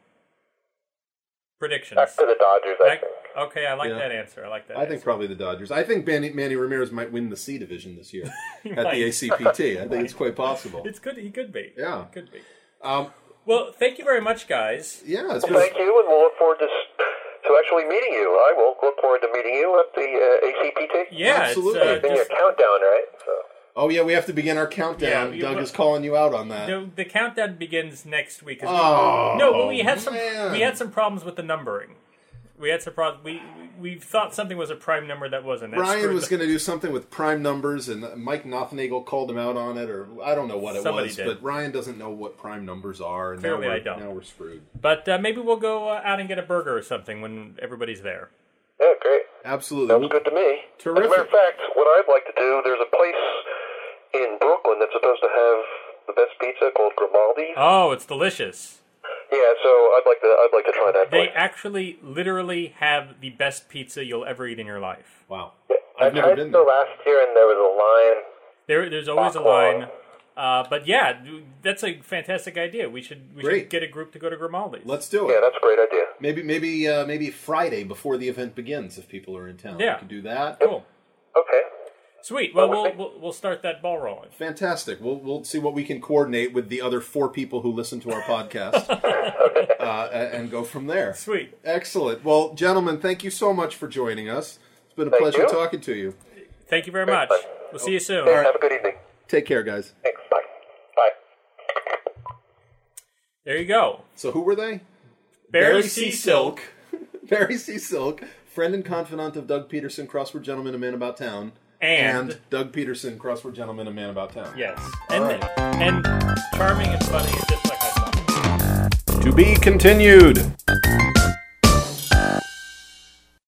Speaker 1: Predictions.
Speaker 4: Back to the Dodgers, I
Speaker 1: Back-
Speaker 4: think.
Speaker 1: okay, I like
Speaker 2: Yeah.
Speaker 1: that answer. I like that.
Speaker 2: I think
Speaker 1: answer.
Speaker 2: probably the Dodgers. I think Manny, Manny Ramirez might win the C division this year at the
Speaker 1: might.
Speaker 2: ACPT. I think it's quite possible.
Speaker 1: it's good. He could be.
Speaker 2: Yeah.
Speaker 1: He could be.
Speaker 2: Um,
Speaker 1: Well, thank you very much, guys.
Speaker 2: yeah, it's
Speaker 4: Thank
Speaker 2: been,
Speaker 4: you, and we'll look forward to s- to actually meeting you. I will look forward to meeting you at the uh, ACPT.
Speaker 1: Yeah,
Speaker 2: Absolutely.
Speaker 1: It's,
Speaker 4: It's
Speaker 1: uh,
Speaker 4: in your
Speaker 1: just,
Speaker 4: countdown, right? So
Speaker 2: oh yeah, we have to begin our countdown.
Speaker 1: Yeah, you-
Speaker 2: Doug is calling you out on that.
Speaker 1: the, the countdown begins next week.
Speaker 2: Oh
Speaker 1: no, but we had some
Speaker 2: man.
Speaker 1: we had some problems with the numbering. We had surprise. We we thought something was a prime number that wasn't. That
Speaker 2: Ryan
Speaker 1: screwed
Speaker 2: was
Speaker 1: the-
Speaker 2: going to do something with prime numbers, and Mike Nothnagel called him out on it, or I don't know what it
Speaker 1: Somebody
Speaker 2: was.
Speaker 1: did.
Speaker 2: But Ryan doesn't know what prime numbers are. and
Speaker 1: Clearly
Speaker 2: now we're,
Speaker 1: I don't.
Speaker 2: Now we're screwed.
Speaker 1: But uh, maybe we'll go uh, out and get a burger or something when everybody's there.
Speaker 3: Yeah, great.
Speaker 2: Absolutely.
Speaker 3: Sounds good to me. As a matter
Speaker 2: Terrific.
Speaker 3: of fact, what I'd like to do, there's a place in Brooklyn that's supposed to have the best pizza called Grimaldi's.
Speaker 1: Oh, it's delicious.
Speaker 3: Yeah, so I'd like to I'd like to try that
Speaker 1: They
Speaker 3: place.
Speaker 1: actually literally have the best pizza you'll ever eat in your life.
Speaker 2: Wow.
Speaker 5: I
Speaker 2: I've never
Speaker 5: tried
Speaker 2: been
Speaker 5: the
Speaker 2: there.
Speaker 5: last year and there was a line.
Speaker 1: There, there's always a line. Uh, but yeah, that's a fantastic idea. We should we should
Speaker 2: Great.
Speaker 1: get a group to go to Grimaldi's.
Speaker 2: Let's do it.
Speaker 3: Yeah, that's a great idea.
Speaker 2: Maybe maybe uh, maybe Friday before the event begins, if people are in town,
Speaker 1: Yeah.
Speaker 2: we could do that.
Speaker 1: cool.
Speaker 3: Okay.
Speaker 1: Sweet. Well, we'll we'll, we'll start that ball rolling.
Speaker 2: Fantastic. We'll we'll see what we can coordinate with the other four people who listen to our podcast, uh, a- and go from there.
Speaker 1: Sweet.
Speaker 2: Excellent. Well, gentlemen, thank you so much for joining us. It's been a pleasure
Speaker 3: you.
Speaker 2: talking to you.
Speaker 1: Thank you very much. We'll see you soon.
Speaker 3: Have a good evening.
Speaker 2: Take care, guys.
Speaker 3: Thanks. Bye. Bye.
Speaker 1: There you go.
Speaker 2: So, who were they?
Speaker 1: Barry C. Silk.
Speaker 2: Barry C. Silk, friend and confidant of Doug Peterson, crossword gentleman, a man about town,
Speaker 1: And-
Speaker 2: Doug Peterson, crossword gentleman, a man about town.
Speaker 1: Yes. And and charming and funny and just like I thought.
Speaker 6: To be continued.